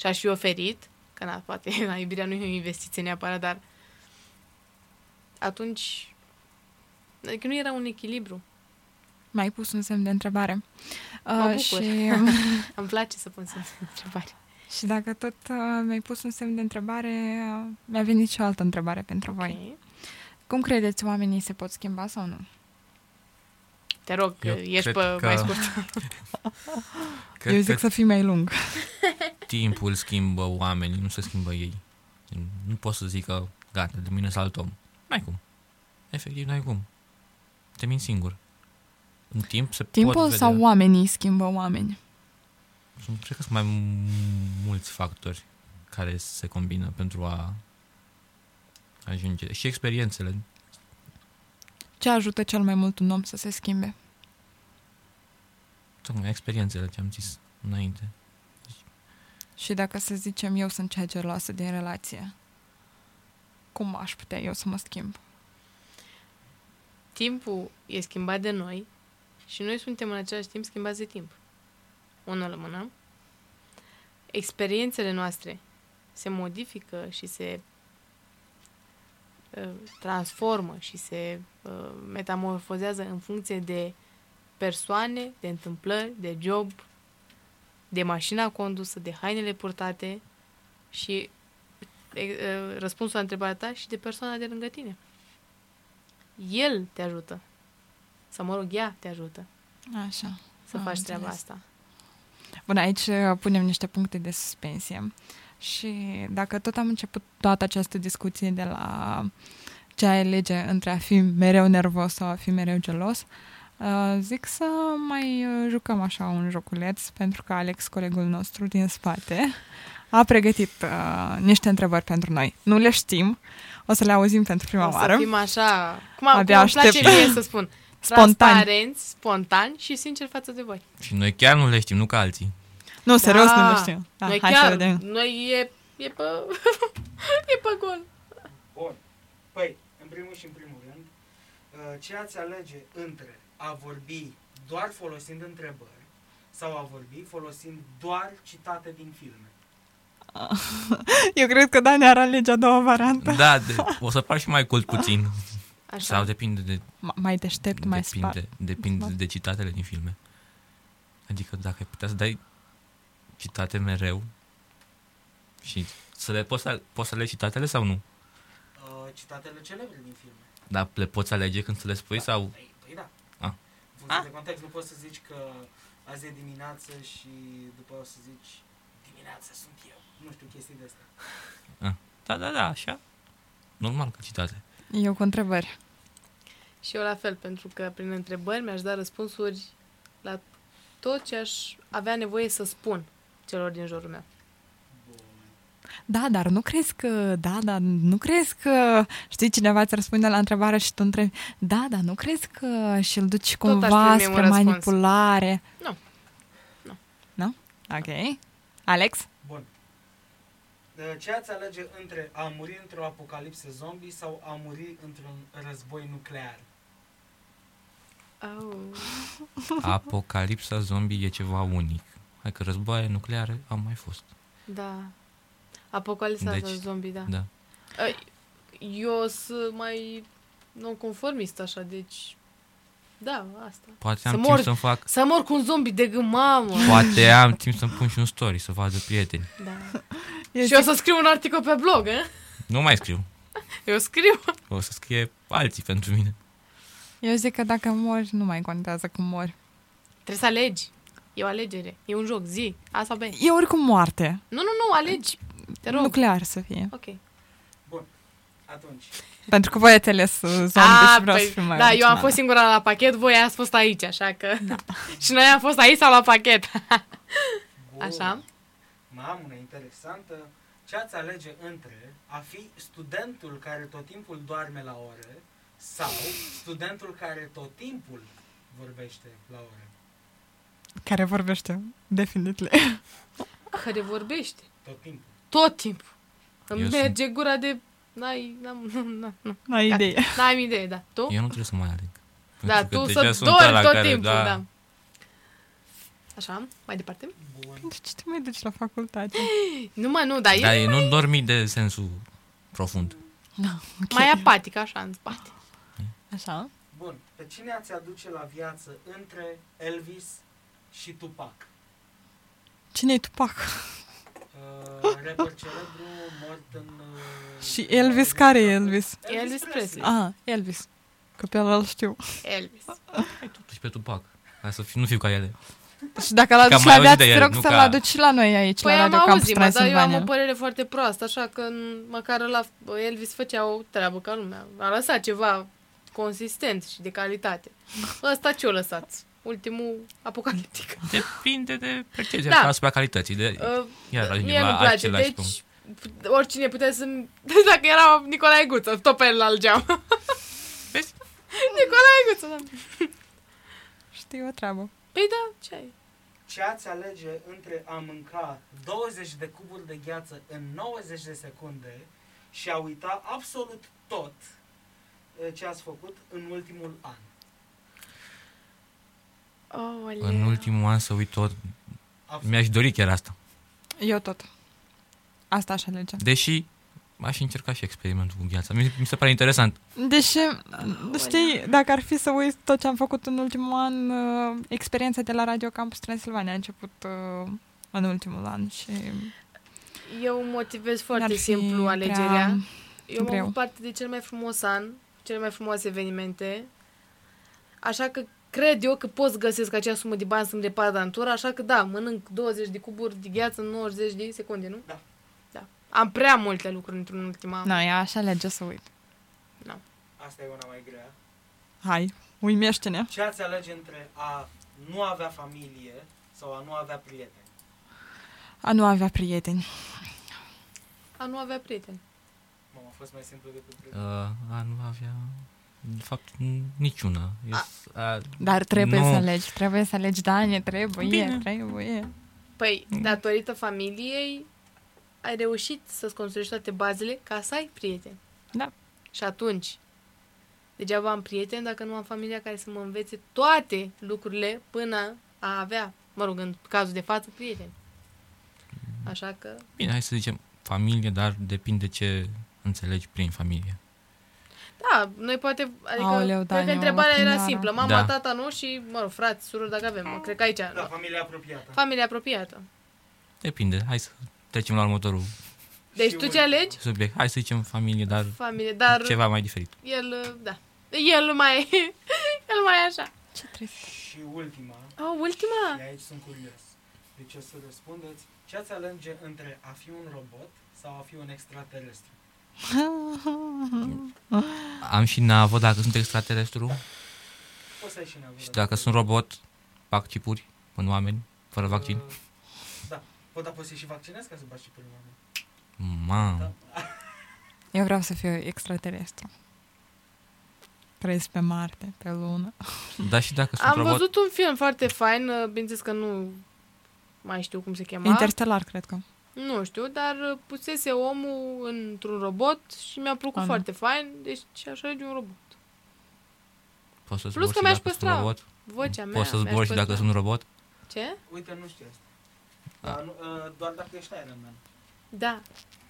și aș fi oferit, că na, poate na, iubirea nu e o investiție neapărat, dar atunci Adică nu era un echilibru. Mai pus un semn de întrebare. Mă Uh, bucur. și, Îmi place să pun semne de întrebare. și dacă tot uh, mi-ai pus un semn de întrebare, uh, mi-a venit și o altă întrebare pentru voi. Ok. Cum credeți oamenii se pot schimba sau nu? Te rog, că Eu ești pe cred că- mai scurt. Cred Eu că zic să fii mai lung. timpul schimbă oamenii, nu se schimbă ei. Nu pot să zic că gata, de mine salt om. N-ai cum. Efectiv, n-ai cum. Te mint singur. În timp se pot Timpul vedea. sau oamenii schimbă oameni? Sunt, cred că sunt mai m- mulți factori care se combină pentru a ajunge. Și experiențele. Ce ajută cel mai mult un om să se schimbe? Tocmai experiențele, ce am zis înainte. Și dacă să zicem eu sunt cea geloasă din relație, cum aș putea eu să mă schimb? Timpul e schimbat de noi și noi suntem în același timp schimbați de timp. Unul la mână. Experiențele noastre se modifică și se uh, transformă și se uh, metamorfozează în funcție de persoane, de întâmplări, de job, de mașina condusă, de hainele purtate și e, uh, răspunsul la întrebarea ta și de persoana de lângă tine. El te ajută. Sau, mă rog, ea te ajută Așa. să Am faci înțeles. treaba asta. Bun, aici uh, punem niște puncte de suspensie. Și dacă tot am început toată această discuție de la ce ai lege între a fi mereu nervos sau a fi mereu gelos, uh, zic să mai uh, jucăm așa un joculeț, pentru că Alex, colegul nostru din spate, a pregătit uh, niște întrebări pentru noi. Nu le știm, o să le auzim pentru prima o să oară. fim așa, cum, am, cum Abia îmi place aștept. mie să spun, Spontan. transparenți, spontani și sinceri față de voi. Și noi chiar nu le știm, nu ca alții. Nu, serios, Da. nu le știu. Da, noi hai să chiar, vedem. noi e, e pe, e pe gol. Bun. Păi, în primul și în primul rând, uh, ce ați alege între a vorbi doar folosind întrebări sau a vorbi folosind doar citate din filme? Eu cred că Dani ar alege a doua variantă. Da, de, o să par și mai cult puțin. Așa. Sau depinde de Ma- Mai deștept, mai spart. depinde, depinde Smart. de citatele din filme. Adică dacă ai putea să dai citate mereu și să le poți, să- poți să le citatele sau nu? Uh, Citatele celebre din filme. Dar le poți alege când să le spui sau... Păi, păi da. A. În funcție A. de context, nu poți să zici că azi e dimineață și după o să zici dimineața sunt eu. Nu știu, chestii de astea. Da, da, da, așa. Normal că citate. Eu cu întrebări. Și eu la fel, pentru că prin întrebări mi-aș da răspunsuri la tot ce aș avea nevoie să spun celor din jurul meu. Bun. Da, dar nu crezi că, da, dar nu crezi că, știi, cineva îți răspunde la întrebare și tu întrebi, da, dar nu crezi că și îl duci Tot aș cumva primi un spre răspuns. manipulare? Nu. Nu? Nu. Nu? Ok. Alex? Bun. Uh, Ce ați alege între a muri într-o apocalipsă zombie sau a muri într-un război nuclear? Oh. Apocalipsa zombie e ceva unic. Hai că războaie nucleare au mai fost. Da. Apocalipsa deci, Deci, zombie, da. Da. da. Eu sunt mai nonconformist așa, deci... Da, asta. Poate Să am timp mor. să-mi fac... Să mor cu un zombie de gând, mamă! Poate am timp să-mi pun și un story, să vadă prieteni. Da. Eu Și o să scriu un articol pe blog, eh? Nu mai scriu. Eu scriu. O să scrie alții pentru mine. Eu zic că dacă mori, nu mai contează cum mori. Trebuie să alegi. E o alegere. E un joc. Zi. A sau B. E oricum moarte. Nu, nu, nu, alegi. Te rog. Nuclear să fie. Ok. Atunci, Pentru că voi ați ales uh, zombie și vreau să fiu mai Ah, da, eu am originală. fost singura la pachet, voi ați fost aici, așa că... Da. și noi am fost aici sau la pachet. bun. Așa. Mai am una interesantă. Ce ați alege între a fi studentul care tot timpul doarme la ore sau studentul care tot timpul vorbește la ore? Care vorbește, definitiv. Care vorbește. Tot timpul. Tot timpul. Îmi Eu merge gura de... N-ai, n-am, nu, nu, nu. N-ai idee. N-am idee, da. Tu? Eu nu trebuie să mai aleg. da, Pentru tu că să deja sunt ăla dori tot care, timpul, da. da. Așa, mai departe? Bun. De ce Deci te mai duci la facultate? Nu, mă, nu, dar e Dar Da, e nu dormi de sensul profund. mai apatic, așa, în spate. Așa. Bun. Pe cine ați aduce la viață între Elvis și Tupac? Cine-i Tupac? Uh, rapper celebru, mort în... uh, Și Elvis, care e Elvis? Elvis Presley. Ah, Elvis. Că pe ăla îl știu. Elvis. Hai totuși pe Tupac. Ca să fiu, nu fiu ca ele. Și dacă l aduci Cam la mai viață, auzit de te el, rog nu să-l ca- aduci și la noi aici, Păi la am Radio Campus auzit, mă, dar eu am o Transilvania. părere foarte proastă, așa că n- măcar la Elvis făcea o treabă ca lumea. A lăsat ceva consistent și de calitate. Ăsta ce-o lăsat? Ultimul apocaliptic. Depinde de percepția Da. da. asupra calității. De, Uh, iar mie ajungem nu la place, același deci punct. p- oricine putea să... Dacă era Nicolae Guță, tot pe el algeam. Vezi? Nicolae Guță, da. Știu o treabă. Păi da, ce ai? Ce ați alege între a mânca 20 de cuburi de gheață în 90 de secunde și a uita absolut tot eh, ce ați făcut în ultimul an? Oh, alea. În ultimul an să uit tot. Absolut. Mi-aș dori chiar asta. Eu tot. Asta aș alege. Deși aș încerca și experimentul cu viața. Mi, mi se pare interesant. Deși, știi, dacă ar fi să uiți tot ce am făcut în ultimul an, uh, experiența de la Radio Campus Transilvania a început uh, în ultimul an și Eu motivez n-ar foarte fi simplu prea- alegerea. Eu am Greu. avut parte de cel mai frumos an, cele mai frumoase evenimente, așa că cred eu că pot să găsesc acea sumă de bani să-mi repar dantura, așa că da, mănânc 20 de cuburi de gheață în 90 de secunde, nu? Da. Da. Am prea multe lucruri într-un ultim an. Nu, eu aș alege să uit. Asta e una mai grea. Hai, uimește-ne. Ce ați alege între a nu avea familie sau a nu avea prieteni? A nu avea prieteni. A nu avea prieteni. Mamă, a fost mai simplu decât Uh, prieteni. a nu avea... De fapt, n- niciuna. Eu s- a, Dar trebuie Nu. să alegi, trebuie să alegi, Dani, trebuie, Bine. trebuie. Păi, datorită familiei, ai reușit să-ți construiești toate bazele ca să ai prieteni. Da. Și atunci, degeaba am prieteni dacă nu am familia care să mă învețe toate lucrurile până a avea, mă rog, în cazul de față, prieteni. Așa că... bine, hai să zicem familie, dar depinde ce înțelegi prin familie. Da, noi poate... Adică, Aoleu, cred că Dani, întrebarea mă, era cum era? simplă. Mama, Da. tata, nu? Și, mă rog, frați, surori, dacă avem. Mă, cred că aici... Da, familia apropiată. Familia apropiată. Depinde. Hai să trecem la următorul Deci Și tu ce ultimul. alegi? subiect. Hai să zicem familie, dar Familie, dar ceva mai diferit. el, da, el mai, el mai așa. Ce trebuie? Și ultima, Oh, ultima? și aici sunt curios. Deci o să răspundeți. Ce ați alege între a fi un robot sau a fi un extraterestru? Am și navă dacă sunt extraterestru Poți să ai și nevoie. și dacă sunt robot, fac chipuri în oameni, fără vaccin. Da. Pot da poți să și vaccinezi ca să baci primul oameni. Mamă. Eu vreau să fiu extraterestru. Trăiesc pe Marte, pe Lună. Dar și dacă sunt Am robot, văzut un film foarte fain, uh, bineînțeles că nu mai știu cum se chema. Interstellar, cred că. Nu știu, dar uh, pusese omul într-un robot și mi-a Ah, plăcut Am. foarte fain, deci aș alege un robot. poți să Plus zbori că și mi-aș dacă sunt păstra robot? Vocea mea. Poți să mi-aș zbori și dacă păstra. sunt robot? Ce? Uite, nu știu asta. Da. Dar, nu, uh, doar dacă ești Iron Man. Da.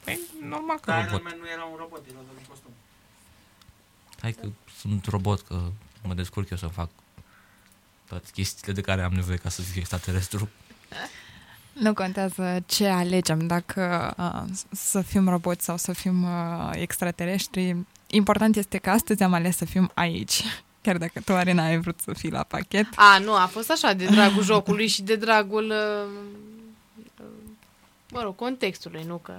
Păi, normal că Dar Iron robot. Man nu era un robot, era doar un costum. Hai că sunt robot, că mă descurc eu să fac toate chestiile de care am nevoie ca să fiu extraterestru. Nu contează ce alegem, dacă uh, s- să fim roboți sau să fim uh, extraterestri. Important este că astăzi am ales să fim aici. Chiar dacă tu, Arena, ai vrut să fii la pachet. A, nu, a fost așa, de dragul jocului și de dragul... uh, uh, Mă rog, contextului, nu că...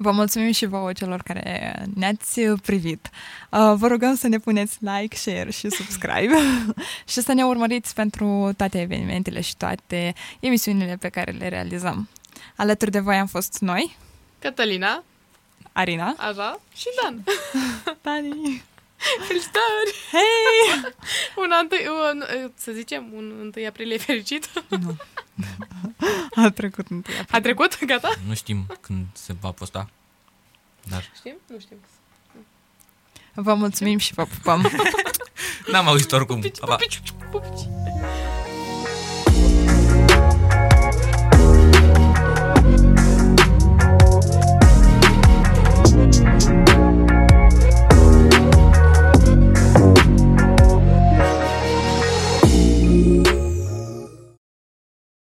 Vă mulțumim și vouă celor care ne-ați privit. Uh, Vă rugăm să ne puneți like, share și subscribe și să ne urmăriți pentru toate evenimentele și toate emisiunile pe care le realizăm. Alături de voi am fost noi, Cătălina, Arina, așa, și Dan. Tani, Felicitări! hei! Un an întâi, un, uh, să zicem, un 1 aprilie fericit. Nu. A trecut întâi. A trecut? Gata? Nu știm când se va posta, dar Știm? Nu știm. Vă mulțumim și vă pupăm! n-am auzit oricum. Pupici, Pa, pa. pupici, pupici.